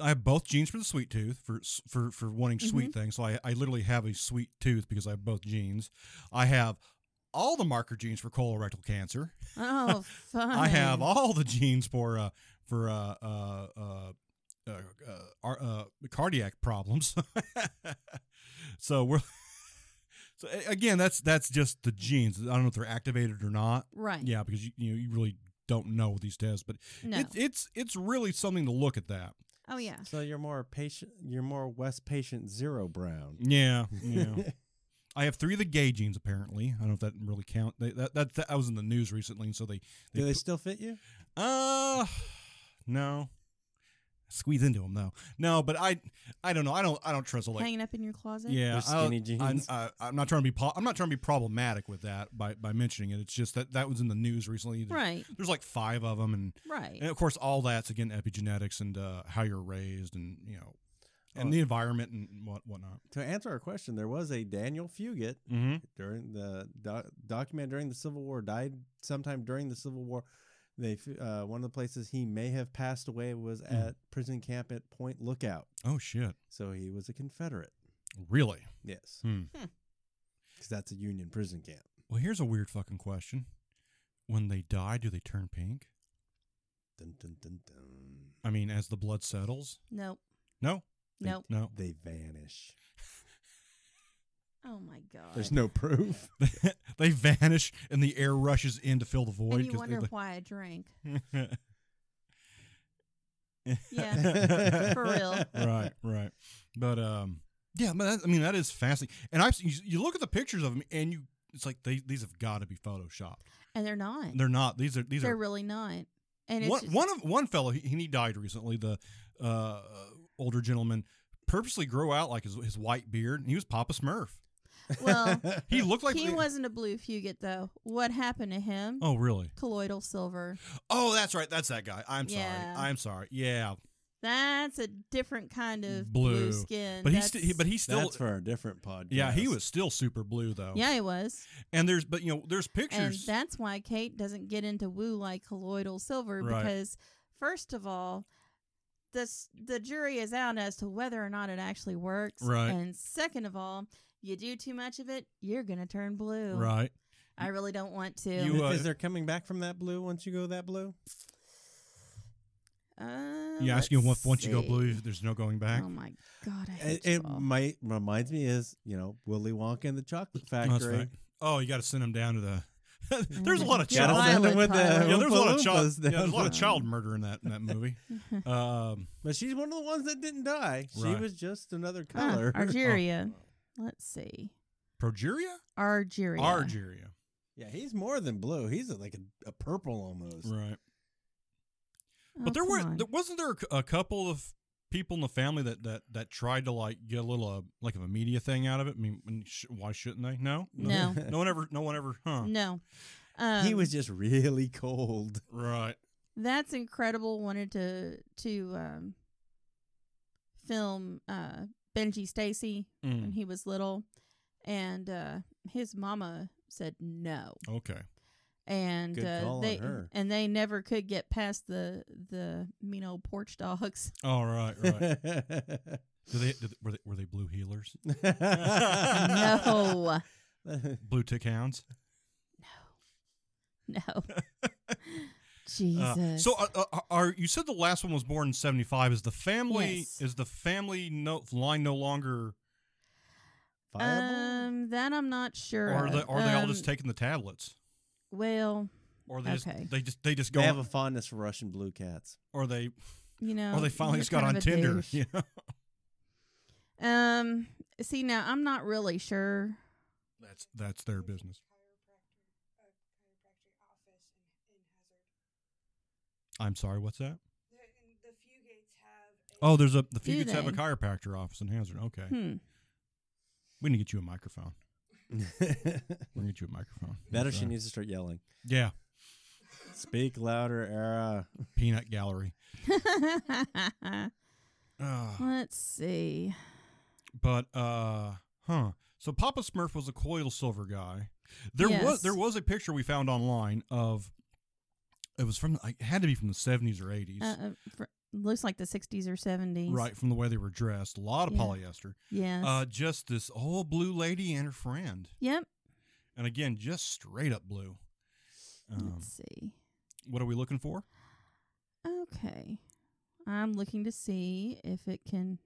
I have both genes for the sweet tooth for s- for for wanting sweet things. So I I literally have a sweet tooth because I have both genes. I have all the marker genes for colorectal cancer.
Oh, fun.
I have all the genes for uh for uh uh. uh uh, uh, ar- uh, cardiac problems. so we're so a- again. That's that's just the genes. I don't know if they're activated or not.
Right.
Yeah, because you you, know, you really don't know with these tests. But
No.
it's it's it's really something to look at that.
oh, yeah.
So you're more patient. You're more West Patient Zero Brown.
Yeah, yeah. I have three of the gay genes apparently. I don't know if that really count. They, that, that that I was in the news recently, and so they
Do they
put-
still fit you?
uh no. squeeze into them though. No, but I I don't know. I don't I don't trust a like
hanging up in your closet.
yeah,
Those skinny
I, don't-
jeans.
I, I, am not trying to be po- I'm not trying to be problematic with that by, by mentioning it. It's just that that was in the news recently. There's,
Right.
there's like five of them, and,
Right.
and of course all that's again epigenetics and uh, how you're raised, and you know, and
Oh.
the environment and what whatnot.
To answer our question, there was a Daniel Fugit
Mm-hmm.
during the doc, document during the Civil War died sometime during the Civil War. They f- uh, one of the places he may have passed away was
Hmm.
at prison camp at Point Lookout.
Oh shit!
So he was a Confederate.
Really?
Yes,
Hmm.
because that's a Union prison camp.
Well, here's a weird fucking question. When they die, do they turn pink?
Dun, dun, dun, dun.
I mean, as the blood settles?
Nope.
No,
Nope.
no.
They vanish.
Oh my god.
There's no proof.
they vanish, and the air rushes in to fill the void.
and you
'cause
wonder
they're
why I drank.
the-
Yeah. For real.
right, right. But um, yeah. But that, I mean, that is fascinating. And I, you, you look at the pictures of them, and you, it's like they these have got to be photoshopped.
And they're not.
They're not. These are these
They're
are
really not. And it's
one,
just-
one of one fellow he, he died recently the uh, older gentleman purposely grew out like his, his white beard and he was papa smurf
well,
he looked like
he
the-
wasn't a blue fugit though. What happened to him?
oh really
Colloidal silver.
oh that's right that's that guy i'm
Yeah.
sorry i'm sorry yeah
That's a different kind of
Blue.
blue, skin.
but he,
That's-
sti- he but he still
That's for a different podcast.
yeah he was still super blue though
yeah, he was.
and there's but you know there's
And
pictures
that's why Kate doesn't get into woo like colloidal silver
Right.
because, first of all, this the jury is out as to whether or not it actually works.
Right.
And second of all, you do too much of it, you're gonna turn blue.
right
I really don't want to.
You, uh,
is there coming back from that blue once you go that blue?
uh,
you ask him
let's
once, once you go
see.
blue there's no going back
Oh my god! I
It,
hate you
it
all.
might reminds me is you know Willy Wonka and the Chocolate
Oh, that's
Factory.
right. oh you got to send him down to the
Oh,
there's a lot of
Yeah,
child
that's-
Gotta send them with the
Pilot, pilot.
yeah, there's a lot of
Oompa
child
Loompas
yeah, there's a lot of
down.
child murder in that in that movie um
But she's one of the ones that didn't die. She
Right.
was just another
Ah,
color.
Argeria. Let's see.
progeria
Argeria.
Argeria.
yeah, he's more than blue. He's like a, a purple almost.
Right.
Oh,
but there
come
were
on.
there, wasn't there a c- a, couple of people in the family that that that tried to like get a little uh, like of a media thing out of it. I mean, when sh- why shouldn't they? No.
No.
No one ever no one ever huh.
no. Um,
he was just really cold.
Right.
that's incredible wanted to to um film uh benji stacy when
Mm.
he was little and uh his mama said no
Okay.
and
Good
uh,
call on
they
her.
and they never could get past the the mean old porch dogs
All right, right. Do they, do they- were they were they blue healers?
no
Blue tick hounds?
no
Uh,
jesus
so uh, uh, are you said the last one was born in 75 is the family
Yes.
is the family no line no longer
Viable?
um that i'm not sure
or are
of.
they, are they all
Um,
just taking the tablets?
well
Or they
okay.
just they just they just go
they have
on-
a fondness for Russian blue cats.
or they
you know
or they finally
you're
just got
Oh, kind
on
of a
Tinder.
douche.
Yeah.
Um, see now I'm not really sure.
That's that's their business.
Chiropractor, uh, chiropractic office in, in Hazard.
I'm sorry, what's that?
The, and the Fugates have a
Oh, there's a the
Do
Fugates have a
they?
chiropractor office in Hazard. Okay.
Hmm.
We need to get you a microphone. We're gonna get you a microphone.
that or
That's
she
right.
needs to start yelling.
Yeah.
Speak louder, era.
Peanut gallery. Uh,
Hmm. Let's see.
but uh huh. So Papa Smurf was a coil silver guy. There was
Yes.
there was a picture we found online of it was from it had to be from the seventies or eighties.
Uh, uh, fr- looks like the 60s or 70s.
Right, from the way they were dressed. A lot of
Yeah.
polyester.
Yes.
Uh just this old blue lady and her friend.
yep.
And again, just straight up blue. Um,
Let's see.
what are we looking for?
Okay. I'm looking to see if it can.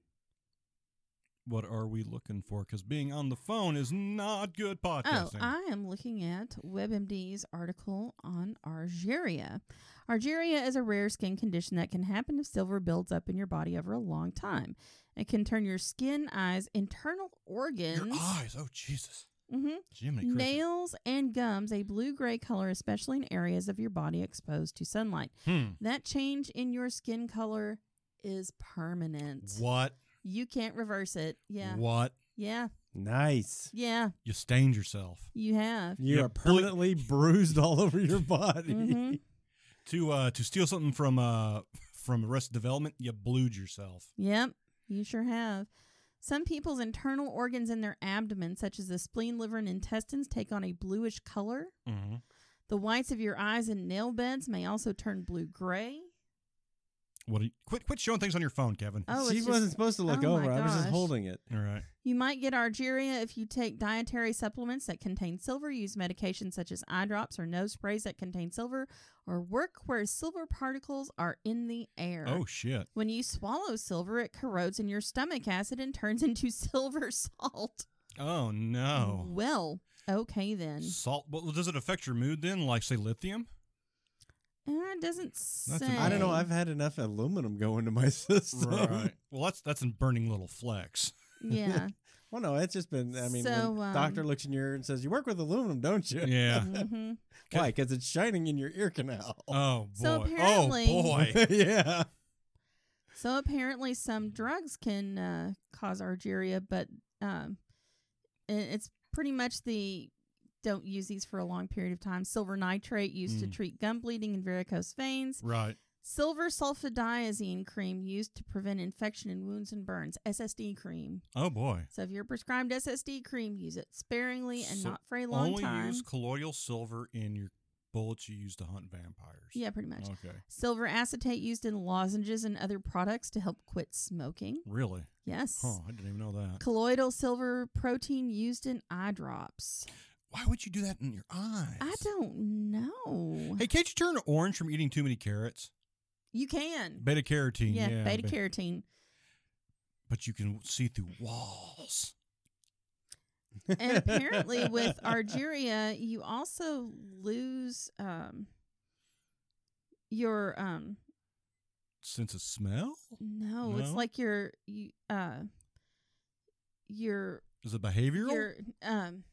What are we looking for? Because being on the phone is not good
Oh,
podcasting.
I am looking at WebMD's article on Argeria. Argeria is a rare skin condition that can happen if silver builds up in your body over a long time. It can turn your skin, eyes, internal organs.
Your eyes. Oh, Jesus.
hmm
Jiminy Cricket.
Nails and gums, a blue gray color, especially in areas of your body exposed to sunlight.
Hmm.
That change in your skin color is permanent.
What?
You can't reverse it. Yeah.
What?
Yeah.
Nice.
Yeah.
You stained yourself.
You have.
You
Yeah,
are
ble-
permanently bruised all over your body.
Mhm.
To uh to steal something from uh from Arrested Development, you blued yourself.
Yep, you sure have. Some people's internal organs in their abdomen, such as the spleen, liver, and intestines, take on a bluish color.
Mm-hmm.
The whites of your eyes and nail beds may also turn blue gray.
What? Are you, quit quit showing things on your phone, Kevin.
Oh,
she
it's
wasn't
just-
supposed to look
oh my
over. I was just
gosh.
holding it.
All right.
You might get argyria if you take dietary supplements that contain silver, use medications such as eye drops or nose sprays that contain silver, or work where silver particles are in the air.
Oh shit.
When you swallow silver, it corrodes in your stomach acid and turns into silver salt.
Oh no.
Well, okay then.
Salt. Well, does it affect your mood then? Like say lithium?
Uh, it doesn't
an-
say.
I don't know. I've had enough aluminum go into my system.
well, that's that's in burning little flecks.
yeah.
Well, no, it's just been. I mean,
So,
when
um,
doctor looks in your ear and says, "You work with aluminum, don't you?"
Yeah.
hmm
Why? Because it's shining in your ear canal.
Oh boy.
So apparently-
oh boy.
yeah.
So apparently, some drugs can uh, cause argyria, but um, i- it's pretty much the don't use these for a long period of time. Silver nitrate used to
Mm.
treat gum bleeding and varicose veins.
right.
Silver sulfadiazine cream used to prevent infection and wounds and burns. SSD cream.
Oh boy.
So if you're prescribed SSD cream, use it sparingly and
So
not for a long
Only
time.
use colloidal silver in your bullets you use to hunt vampires.
yeah, pretty much.
Okay.
Silver acetate used in lozenges and other products to help quit smoking.
Really?
Yes.
Huh. I didn't even know that.
Colloidal silver protein used in eye drops.
Why would you do that in your eyes?
I don't know.
Hey, can't you turn orange from eating too many carrots?
You can.
Beta carotene.
yeah,
Yeah.
beta
but-
carotene.
But you can see through walls.
And apparently, with argyria, you also lose um, your um,
Sense of smell
no, it's
No?
like your you uh your
is it behavioral?
your um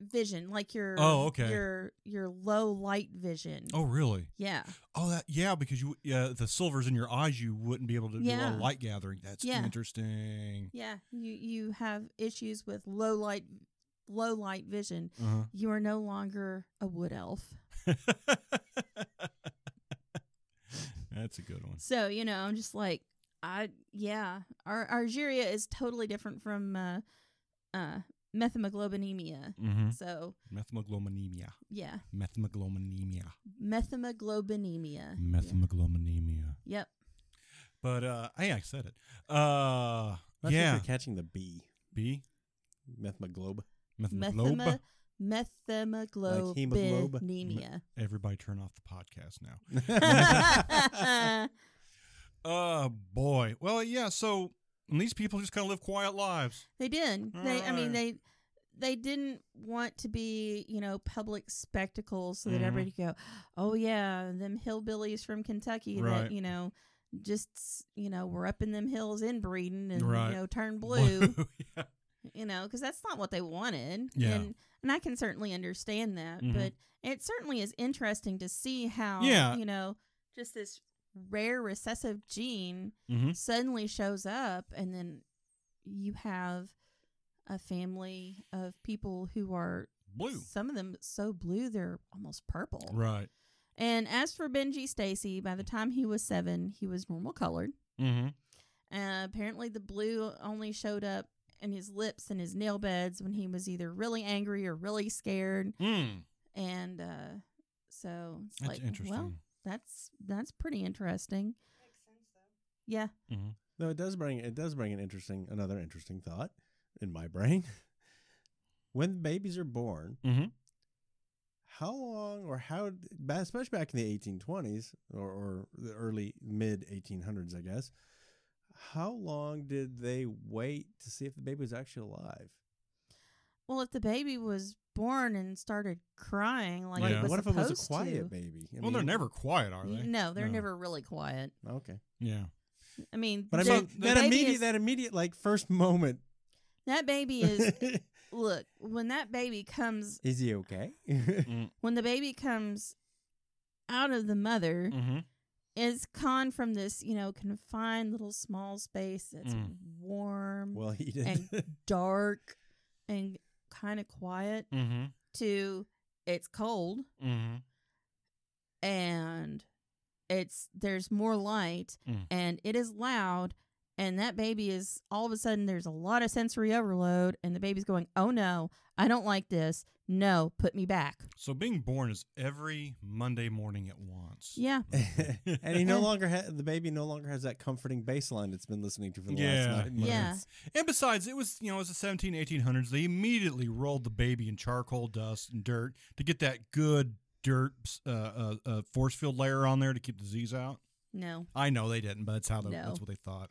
vision, like your
Oh, okay.
your your low light vision.
oh, really?
Yeah.
Oh, that yeah, because you yeah, if the silver's in your eyes, you wouldn't be able to do a lot
Yeah.
of light gathering. That's
Yeah.
interesting.
Yeah. You you have issues with low light low light vision.
Uh-huh.
You are no longer a wood elf.
That's a good one.
So, you know, I'm just like I yeah. Our Argyria is totally different from uh uh methemoglobinemia.
Mm-hmm.
So
Methemoglobinemia.
yeah.
Methemoglobinemia.
Methemoglobinemia. Yeah.
Methemoglobinemia.
Yep.
But uh, hey, I said it. Uh,
That's
yeah.
If you're catching the B,
B.
methemoglobe.
Methemoglobe.
Methema
hemoglob?
methemoglobinemia.
Everybody, turn off the podcast now.
they
Oh boy. Well, yeah. So and these people just kind of live quiet lives.
did. They, I mean,
Alright.
they they didn't want to be, you know, public spectacles so that
Mhm.
everybody could go, oh yeah, them hillbillies from Kentucky
Right.
that you know just you know were up in them hills inbreeding and
Right.
you know turned blue,
yeah.
you know, because that's not what they wanted.
Yeah.
And and I can certainly understand that,
Mhm.
but it certainly is interesting to see how
Yeah.
you know just this rare recessive gene
Mm-hmm.
suddenly shows up and then you have a family of people who are
Blue.
some of them so blue they're almost purple
Right. Mm.
and as for benji stacy by the time he was seven he was normal colored
Mm-hmm.
uh, apparently the blue only showed up in his lips and his nail beds when he was either really angry or really scared
Mm.
and uh, so it's
That's
like
interesting.
well that's that's pretty interesting
Makes sense though.
yeah
Though it does bring it does bring an interesting another interesting thought in my brain. when babies are born,
Mhm.
how long or how d- ba- especially back in the 1820s or, or the early mid 1800s, I guess. How long did they wait to see if the baby was actually alive?
Well, if the baby was born and started crying, like
Right,
it was
what if it was a
supposed
quiet
to-
baby? I
well, they're
mean-
never quiet, are they?
No, they're
No.
never really quiet.
Okay,
Yeah.
I mean,
but I
the-
mean that
baby
immediate
is-
that immediate like first moment
that baby is look when that baby comes
Is he okay?
when the baby comes out of the mother,
Mm-hmm.
is con from this, you know, confined little small space that's
Mm.
warm,
Well heated.
dark, and kind of quiet
Mm-hmm.
to it's cold
Mm-hmm.
and it's there's more light
Mm.
and it is loud and that baby is all of a sudden there's a lot of sensory overload and the baby's going oh no i don't like this no put me back
So being born is every Monday morning at once.
yeah
and he no longer ha- the baby no longer has that comforting baseline it's been listening to for the
Yeah.
last nine months.
yeah
And besides, it was you know it was the 17, 1800s. They immediately rolled the baby in charcoal dust and dirt to get that good dirt uh, uh, uh, force field layer on there to keep disease out.
no
I know they didn't, but that's how they,
No.
that's what they thought.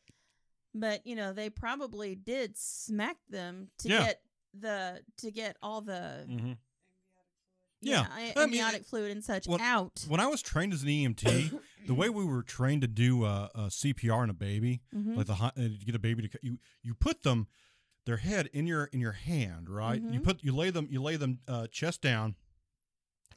but you know they probably did smack them to
Yeah.
get the to get all the
Mm-hmm.
yeah,
Yeah.
I-
I mean,
amniotic fluid and such
what-
out
When I was trained as an EMT, the way we were trained to do uh, uh, CPR on a baby,
Mhm.
like the hi- uh, you get a baby to c- you you put them their head in your in your hand right you
Mhm.
put you lay them you lay them uh, chest down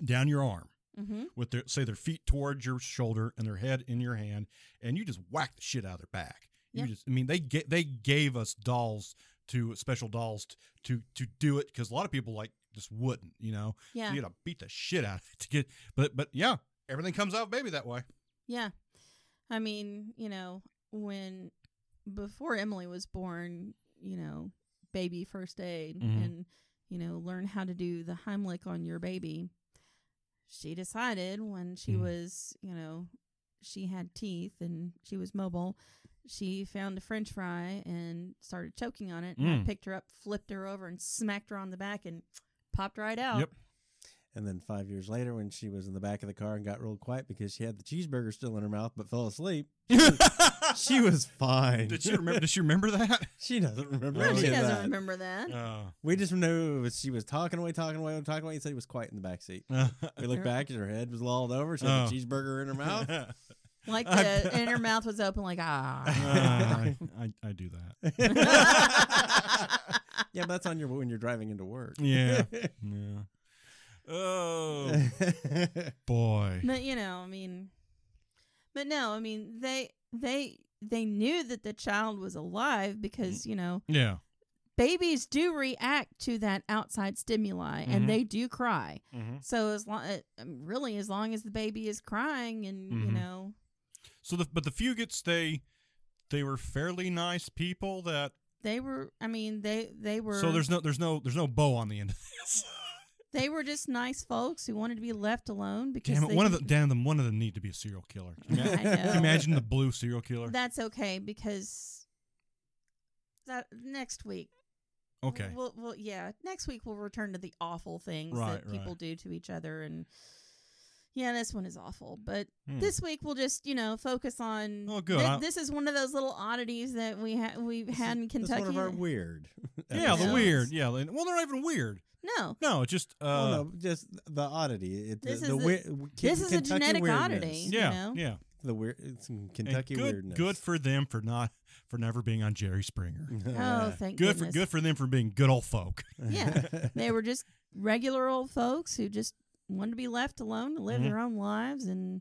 down your arm
Mhm.
with their say their feet towards your shoulder and their head in your hand and you just whack the shit out of their back
Yeah.
you just i mean they get they gave us dolls to special dolls t- to to do it because a lot of people like just wouldn't you know
yeah
you gotta beat the shit out of it to get but but yeah everything comes out baby that way
Yeah. I mean, you know, when before Emily was born, you know, baby first aid
Mhm.
and, you know, learn how to do the Heimlich on your baby. She decided when she
Mhm.
was, you know, she had teeth and she was mobile. She found a french fry and started choking on it. And I
Mm.
picked her up, flipped her over, and smacked her on the back and popped right out.
Yep.
And then five years later, when she was in the back of the car and got real quiet because she had the cheeseburger still in her mouth but fell asleep, she was fine.
did she remember did she remember that
She doesn't remember.
No,
any
she
of
doesn't
that.
remember that.
Oh, Uh,
We just know it was- she was talking away, talking away, talking away. He said he was quiet in the back seat.
Uh.
We looked back, and her head was lolled over. She had
Oh.
the cheeseburger in her mouth.
Uh,
Like
I
the,
bet.
and her mouth was open, like ah.
I, I, I do that.
yeah.
yeah, but that's on your when you're driving into work.
Yeah. Yeah. Oh boy.
But you know, I mean, but no, I mean they they they knew that the child was alive
Mm.
because you know
Yeah.
babies do react to that outside stimuli
Mhm.
and they do cry.
Mm-hmm.
So as long, really, as long as the baby is crying and you
Mhm.
know,
So the but the Fugits they they were fairly nice people that
they were. I mean, they they were.
so there's no there's no there's no bow on the end of this.
they were just nice folks who wanted to be left alone because
damn it!
they
One of
could-
them damn them one of them need to be a serial killer. Can you ima-
I know.
can you imagine the blue serial killer?
That's okay because that next week.
Okay.
We'll, we'll yeah, next week we'll return to the awful things
Right,
that people
right.
do to each other and yeah, this one is awful. But
Hmm.
this week we'll just, you know, focus on
Oh, good.
thi-
I-
this is one of those little oddities that we ha- we've had in
That's
Kentucky.
one of our weird.
yeah, the
episodes.
weird. Yeah, and- well, they're not even weird.
no.
No, it's just uh,
Well, no, just the oddity. It,
This
the,
is
the
a-
weir- w- Ken-
this is a
Kentucky
genetic
weirdness.
oddity.
yeah,
you know?
yeah.
The weird, it's some
And
Kentucky
good,
weirdness.
Good for them for not for never being on Jerry Springer.
Oh, thank
Good for
goodness.
good for them for being good old folk.
Yeah. They were just regular old folks who just wanted to be left alone to live
Mhm.
their own lives and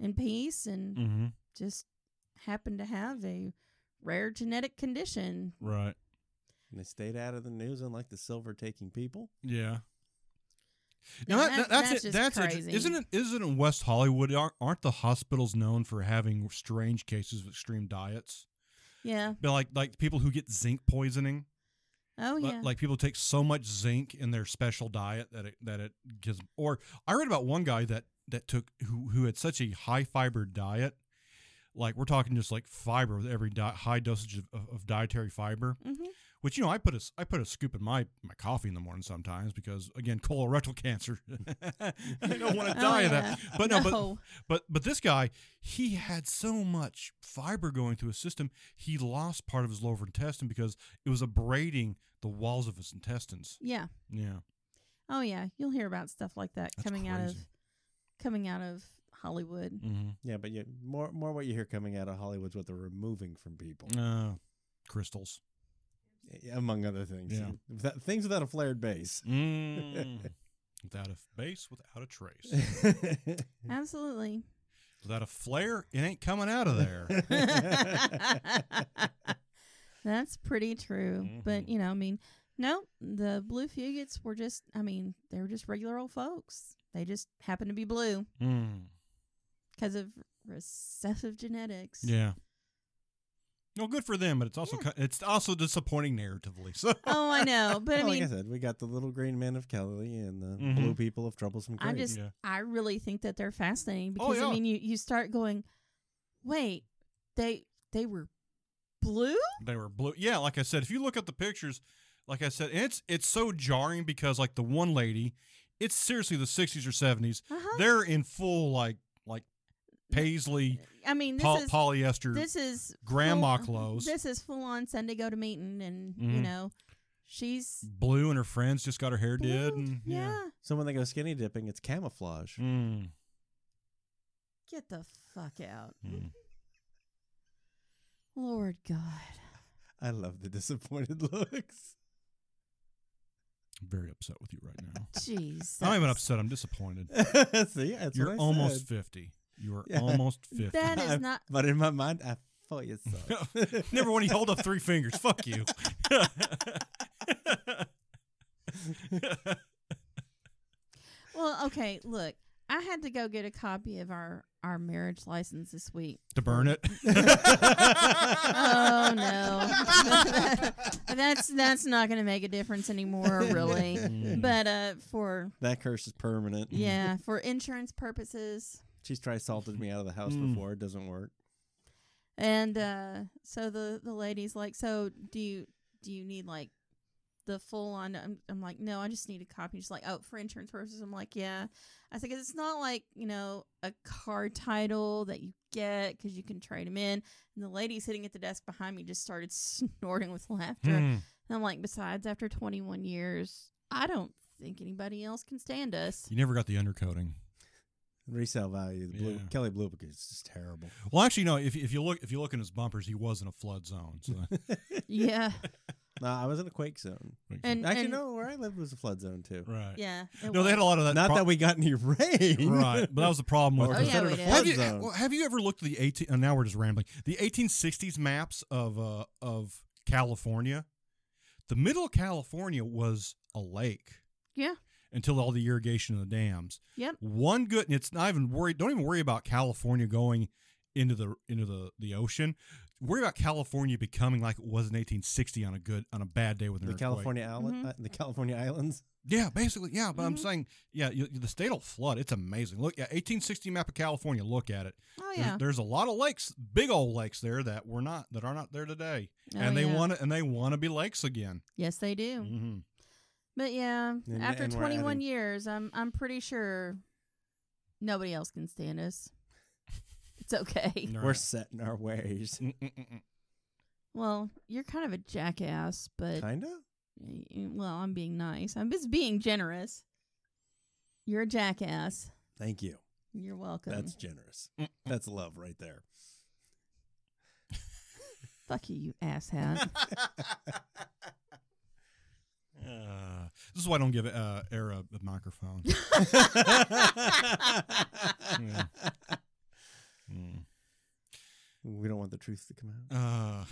in peace and
Mm-hmm.
just happened to have a rare genetic condition.
Right.
And they stayed out of the news, unlike the silver taking people.
Yeah.
Now
Now that,
that-
that's
that's
it.
just
That's
crazy.
it. Isn't it? Isn't it West Hollywood? Aren't, aren't the hospitals known for having strange cases of extreme diets?
Yeah.
But like like people who get zinc poisoning.
Oh
Li-
yeah.
Like people take so much zinc in their special diet that it that it gives. Or I read about one guy that that took who who had such a high fiber diet. Like we're talking just like fiber with every di- high dosage of, of, of dietary fiber.
hmm
Which you know, I put a s- I put a scoop in my my coffee in the morning sometimes because again, colorectal cancer. I don't want to die of that. But Oh, no, but but but this guy, he had so much fiber going through his system, he lost part of his lower intestine because it was abrading the walls of his intestines.
yeah.
Yeah,
Oh yeah. You'll hear about stuff like that
That's
coming out of
crazy.
coming out of Hollywood.
mm-hmm.
Yeah, but you, more more what you hear coming out of Hollywood's what they're removing from people,
uh, crystals.
among other things.
Yeah.
That- things without a flared base.
Mm. without a face, without a trace.
yeah,
Absolutely.
Without a flare, it ain't coming out of there.
That's pretty true. But,
Mhm.
you know, I mean, no, the blue fugits were just, I mean, they were just regular old folks. They just happened to be blue
Mm,
because of recessive genetics.
yeah. No, good for them, but it's also
Yeah.
ki- it's also disappointing narratively. So
Oh, I know. But I
Well,
mean,
like I said, we got the little green men of Kelly and the
Mhm.
blue people of troublesome
I
Creek.
just-
yeah.
I really think that they're fascinating
Oh,
because
yeah.
I mean you you start going, wait, they they were blue?
They were blue. Yeah, like I said, if you look at the pictures, like I said, and it's it's so jarring because like the one lady, it's seriously the 60s or 70s.
Uh-huh.
They're in full like like paisley
I mean this
po-
is
polyester
this is
grandma
full-
clothes.
This is full on Sunday go to meeting, and you
Mhm.
know, she's
blue and her friends just got her hair did
blue.
and
yeah.
so when they go skinny dipping, it's camouflage.
Mm,
Get the fuck out,
mm.
Lord God.
I love the disappointed looks.
I'm very upset with you right now.
Jeez.
I'm not even upset. I'm disappointed.
See, that's
You're
what I
almost
said.
50. You are
Yeah.
almost 50.
That is not.
But in my mind, I thought you sucked.
Never when you hold up three fingers. Fuck you.
Well, okay. Look, I had to go get a copy of our our marriage license this week.
to burn it.
oh no that's that's not gonna make a difference anymore really but uh for
that curse is permanent.
yeah for insurance purposes
She's tried salted me out of the house
Mm.
before. It doesn't work.
and uh so the the lady's like so do you do you need like the full on I'm, I'm like no i just need a copy she's like oh for insurance purposes i'm like yeah i said 'Cause it's not like you know a car title that you get because you can trade them in and the lady sitting at the desk behind me just started snorting with laughter
Hmm.
And I'm like, besides, after 21 years, I don't think anybody else can stand us.
You never got the undercoating.
Resale value. The blue,
Yeah.
Kelly Blue Book is just terrible.
Well, actually, no. If, if you look if you look in his bumpers, he was in a flood zone. So
yeah.
No, I was in a quake zone.
And
Actually,
and-
no, where I lived was a flood zone too.
right.
Yeah. it
No, they had a
was.
lot of that.
Not
pro-
that we got any rain.
Right, but that was the problem
Or
with.
Oh,
it.
yeah,
considered
we
a
did.
Have
flood
you,
zone.
well, have you ever looked at the eighteen? And now we're just rambling. The eighteen sixties maps of uh, of California, the middle of California was a lake.
Yeah.
Until all the irrigation and the dams.
Yep.
One good, and it's not even worried. Don't even worry about California going into the into the the ocean. Worry about California becoming like it was in eighteen sixty on a good on a Mm-hmm. bad day with an
the
earthquake.
California island,
Mhm.
uh, the California islands.
Yeah, basically, yeah. But I'm
Mhm.
saying, yeah, you, the state will flood. It's amazing. Look, yeah, 1860 map of California. Look at it.
Oh,
There's-
yeah.
There's, a lot of lakes, big old lakes there that were not that are not there today,
Oh,
and they
yeah. Oh,
want to and they want to be lakes again.
Yes, they do.
Mm-hmm.
But yeah,
And-
after
and we're
21
adding-
years, I'm I'm pretty sure nobody else can stand us. It's okay.
We're set in our ways.
Well, you're kind of a jackass, but
Kinda.
y- y- well, I'm being nice. I'm just being generous. You're a jackass.
Thank you.
You're welcome.
That's generous.
Mm.
That's love right there.
Fuck you, you
Hmm.
asshat.
Uh, this is why I don't give uh, Era a microphone. Yeah. Mm.
we don't want the truth to come out.
Uh,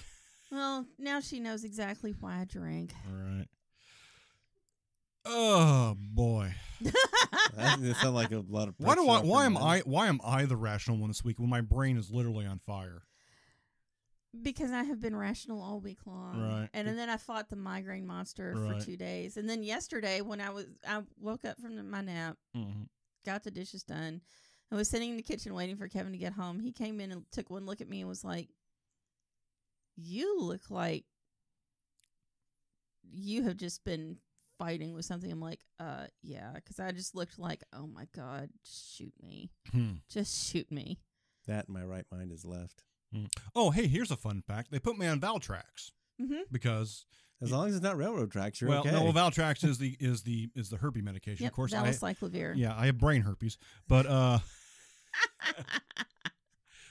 Well, now she knows exactly why I drank.
all right. Oh boy.
I think it sounds like a lot of.
Why do
pressure
I?
for
Why am
men.
I? Why am I the rational one this week when my brain is literally on fire?
Because I have been rational all week long.
Right.
And, and then I fought the migraine monster
Right.
for two days. And then yesterday when I was I woke up from the- my nap, got the dishes done, and was sitting in the kitchen waiting for Kevin to get home. He came in and took one look at me and was like, You look like you have just been fighting with something. I'm like, uh yeah, because I just looked like, oh my God, shoot me.
Hmm.
Just shoot me.
That in my right mind is left.
Oh, hey, here's a fun fact. They put me on Valtrax
Mm-hmm.
because
As long as it's not railroad tracks, you're
well,
okay.
no, well, Valtrax is the is the is the herpes medication.
Yep,
of course, I,
valacyclovir.
yeah, I have brain herpes, but uh,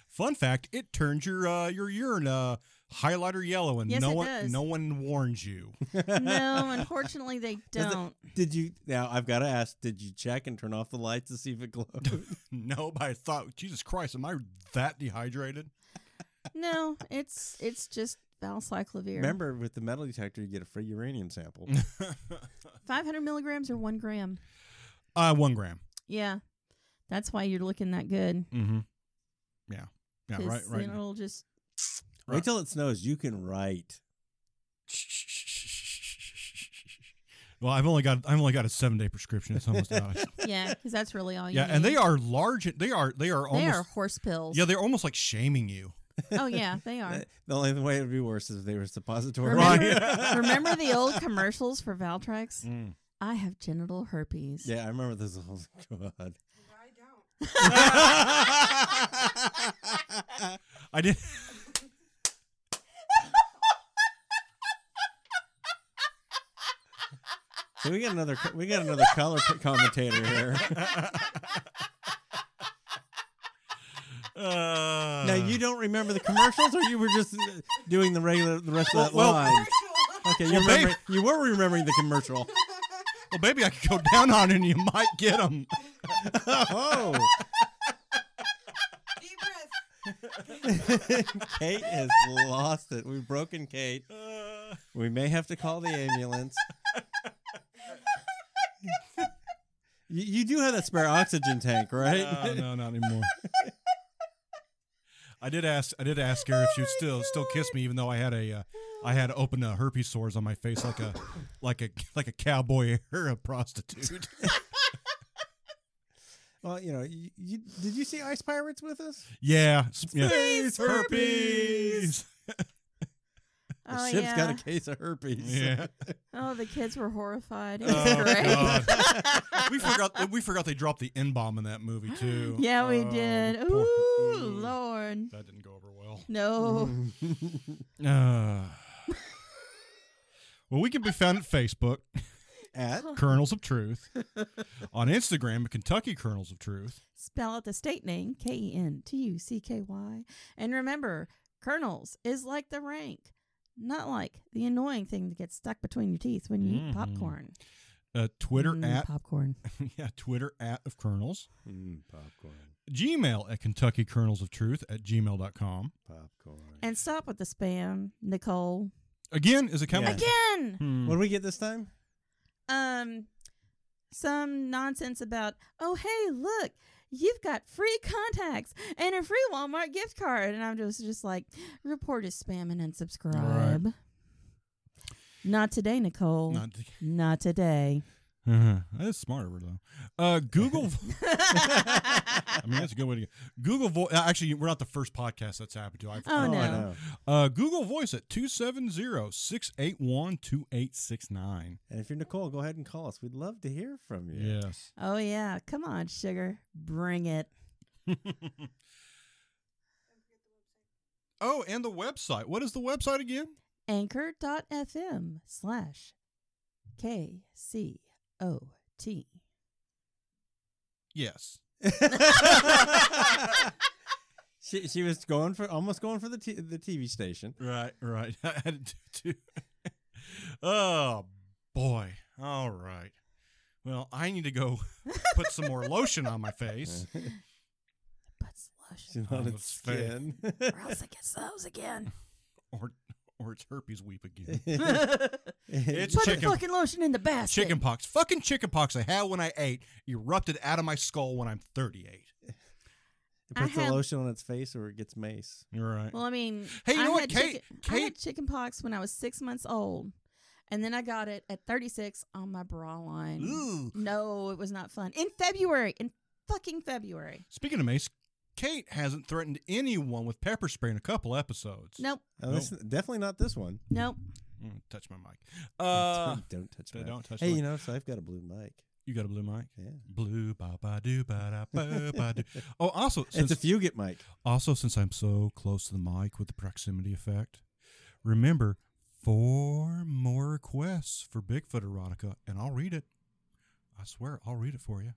fun fact, it turns your uh, your urine uh, highlighter yellow, and
Yes,
no
it
one
does.
no one warns you.
no, unfortunately they
the-
don't.
Did you now? I've got to ask. Did you check and turn off the lights to see if it glowed?
no, but I thought, Jesus Christ, am I that dehydrated?
No, it's it's just valcyclovir.
Remember, with the metal detector, you get a free uranium sample.
Mm,
500 milligrams or one gram.
uh, one gram.
Yeah, that's why you're looking that good.
Mm-hmm. Yeah, yeah,
'cause
right, right.
It'll just
Wait till it snows. You can write.
Well, I've only got I've only got a seven day prescription. It's almost out.
yeah, because that's really all Oh, you.
yeah, and
need.
they are large. They are they are
they
almost
are horse pills.
yeah they're almost like shaming you.
Oh yeah, they are.
Uh, The only way it would be worse is if they were suppository.
Remember- Remember the old commercials for Valtrex?
Mm.
I have genital herpes.
Yeah, I remember this. Oh, God.
Why don't?
I did.
So we got another. co- We got another color p- commentator here.
Uh,
now you don't remember the commercials, or you were just uh, doing the regular the rest of that
Well-
line. Okay, you
Well, babe-
remember. You were remembering the commercial.
well, baby, I could go down on it and you might get them.
Oh,
Deep breath.
Kate has lost it. We've broken Kate. We may have to call the ambulance. you, you do have that spare oxygen tank, right?
No, no, not anymore. I did ask. I did ask her if she would still still kiss me, even though I had a uh, I had open uh, herpes sores on my face like a like a like a cowboy or a prostitute.
Well, you know, you, you did you see Ice Pirates with us?
Yeah, s- yeah.
Space herpes. The
Oh
ship's
yeah.
got a case of herpes.
Yeah.
oh, the kids were horrified. It was
Oh,
great.
God. we forgot. We forgot they dropped the n bomb in that movie too.
Yeah, we
Oh,
did.
poor-
Ooh,
Ooh.
Lord.
That didn't go over well.
No.
Uh, well, we can be found at Facebook,
At
Oh.
Kernels of Truth, on Instagram at Kentucky Kernels of Truth.
Spell out the state name K E N T U C K Y. And remember, kernels is like the rank, not like the annoying thing that gets stuck between your teeth when you
Mhm.
eat popcorn.
Uh, Twitter
Mm,
at
popcorn.
yeah, Twitter at of Kernels, Mm,
popcorn,
Gmail at Kentucky Kernels of Truth at gmail.com.
popcorn.
And stop with the spam, Nicole.
Again is it coming?
Yeah.
Again.
Hmm.
what do we get this time?
um some nonsense about oh hey look you've got free contacts and a free walmart gift card and i'm just just like report is spam and unsubscribe not today nicole not,
Not-
today
Uh-huh. That is smarter though. Uh, Google. I mean, that's a good way to get Google Voice. Actually, we're not the first podcast that's happened to. I've,
Oh,
I
no.
know.
Uh, Google Voice at 270-681-2869.
And if you're Nicole, go ahead and call us. We'd love to hear from you.
Yes.
oh yeah come on sugar bring it
Oh, and the website. What is the website again?
anchor.fm slash k-c-o-t
Yes.
she she was going for almost going for the t- the TV station.
Right, right. I had to do too. oh, boy. All right. Well, I need to go put some more lotion on my face.
but slush
She's on
On
its
the face.
skin.
or else it gets those again
Or or it's herpes weep again.
it's
Put the
Chicken-
fucking lotion in the basket.
Chicken pox. Fucking chicken pox I had when I ate erupted out of my skull when I'm 38.
it
I
puts the
have-
lotion on its face or it gets mace.
You're right.
Well, I mean,
Hey, you
I
know what,
had
Kate-
Chicken, I had
Kate-
chicken pox when I was six months old, and then I got it at 36 on my bra line.
Ooh.
No, it was not fun. In February, in fucking February.
Speaking of mace, Kate hasn't threatened anyone with pepper spray in a couple episodes.
Nope,
Now, Oh, this- definitely not this one.
nope.
Mm, touch my mic. Uh,
Don't- don't touch
they
mine.
don't touch
Hey,
mine.
you know, so I've got a blue mic.
you got a blue mic?
Yeah.
Blue ba ba do ba da ba ba do. Oh, also
It's
since
a fugit mic.
also since I'm so close to the mic with the proximity effect, remember four more requests for Bigfoot erotica, and I'll read it. I swear, I'll read it for you.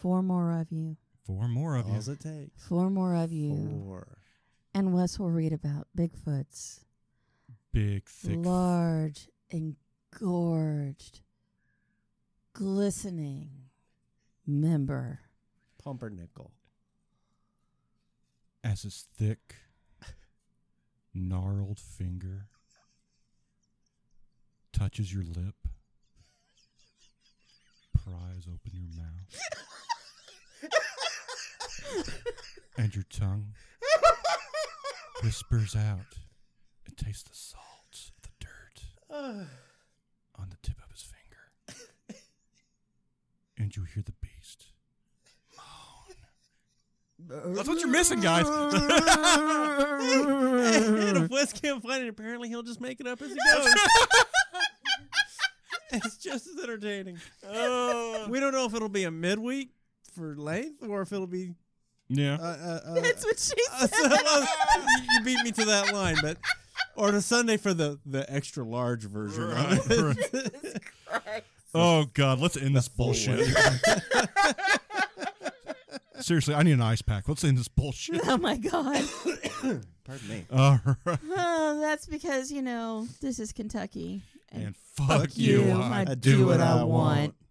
Four more of you.
Four more of
All
you.
it takes.
Four more of you.
Four.
And Wes will read about Bigfoots
big, thick.
large, engorged, glistening member.
Pumpernickel.
as his thick, gnarled finger touches your lip, pries open your mouth, and your tongue whispers out. It tastes the salt, the dirt on the tip of his finger, and you hear the beast. That's what you're missing, guys.
and if Wes can't find it, apparently he'll just make it up as he goes. it's just as entertaining. We don't know if it'll be a midweek for length or if it'll be.
yeah.
Uh, uh, uh,
That's what she
uh, so- well, you- you beat me to that line, but or to Sunday for the the extra large version. of it.
Right, Oh God, let's end this bullshit. Seriously, I need an ice pack. Let's end this bullshit.
Oh my god.
Pardon me.
All right.
Oh, that's because, you know, this is Kentucky.
And fuck
you,
you.
I
I
do what I want.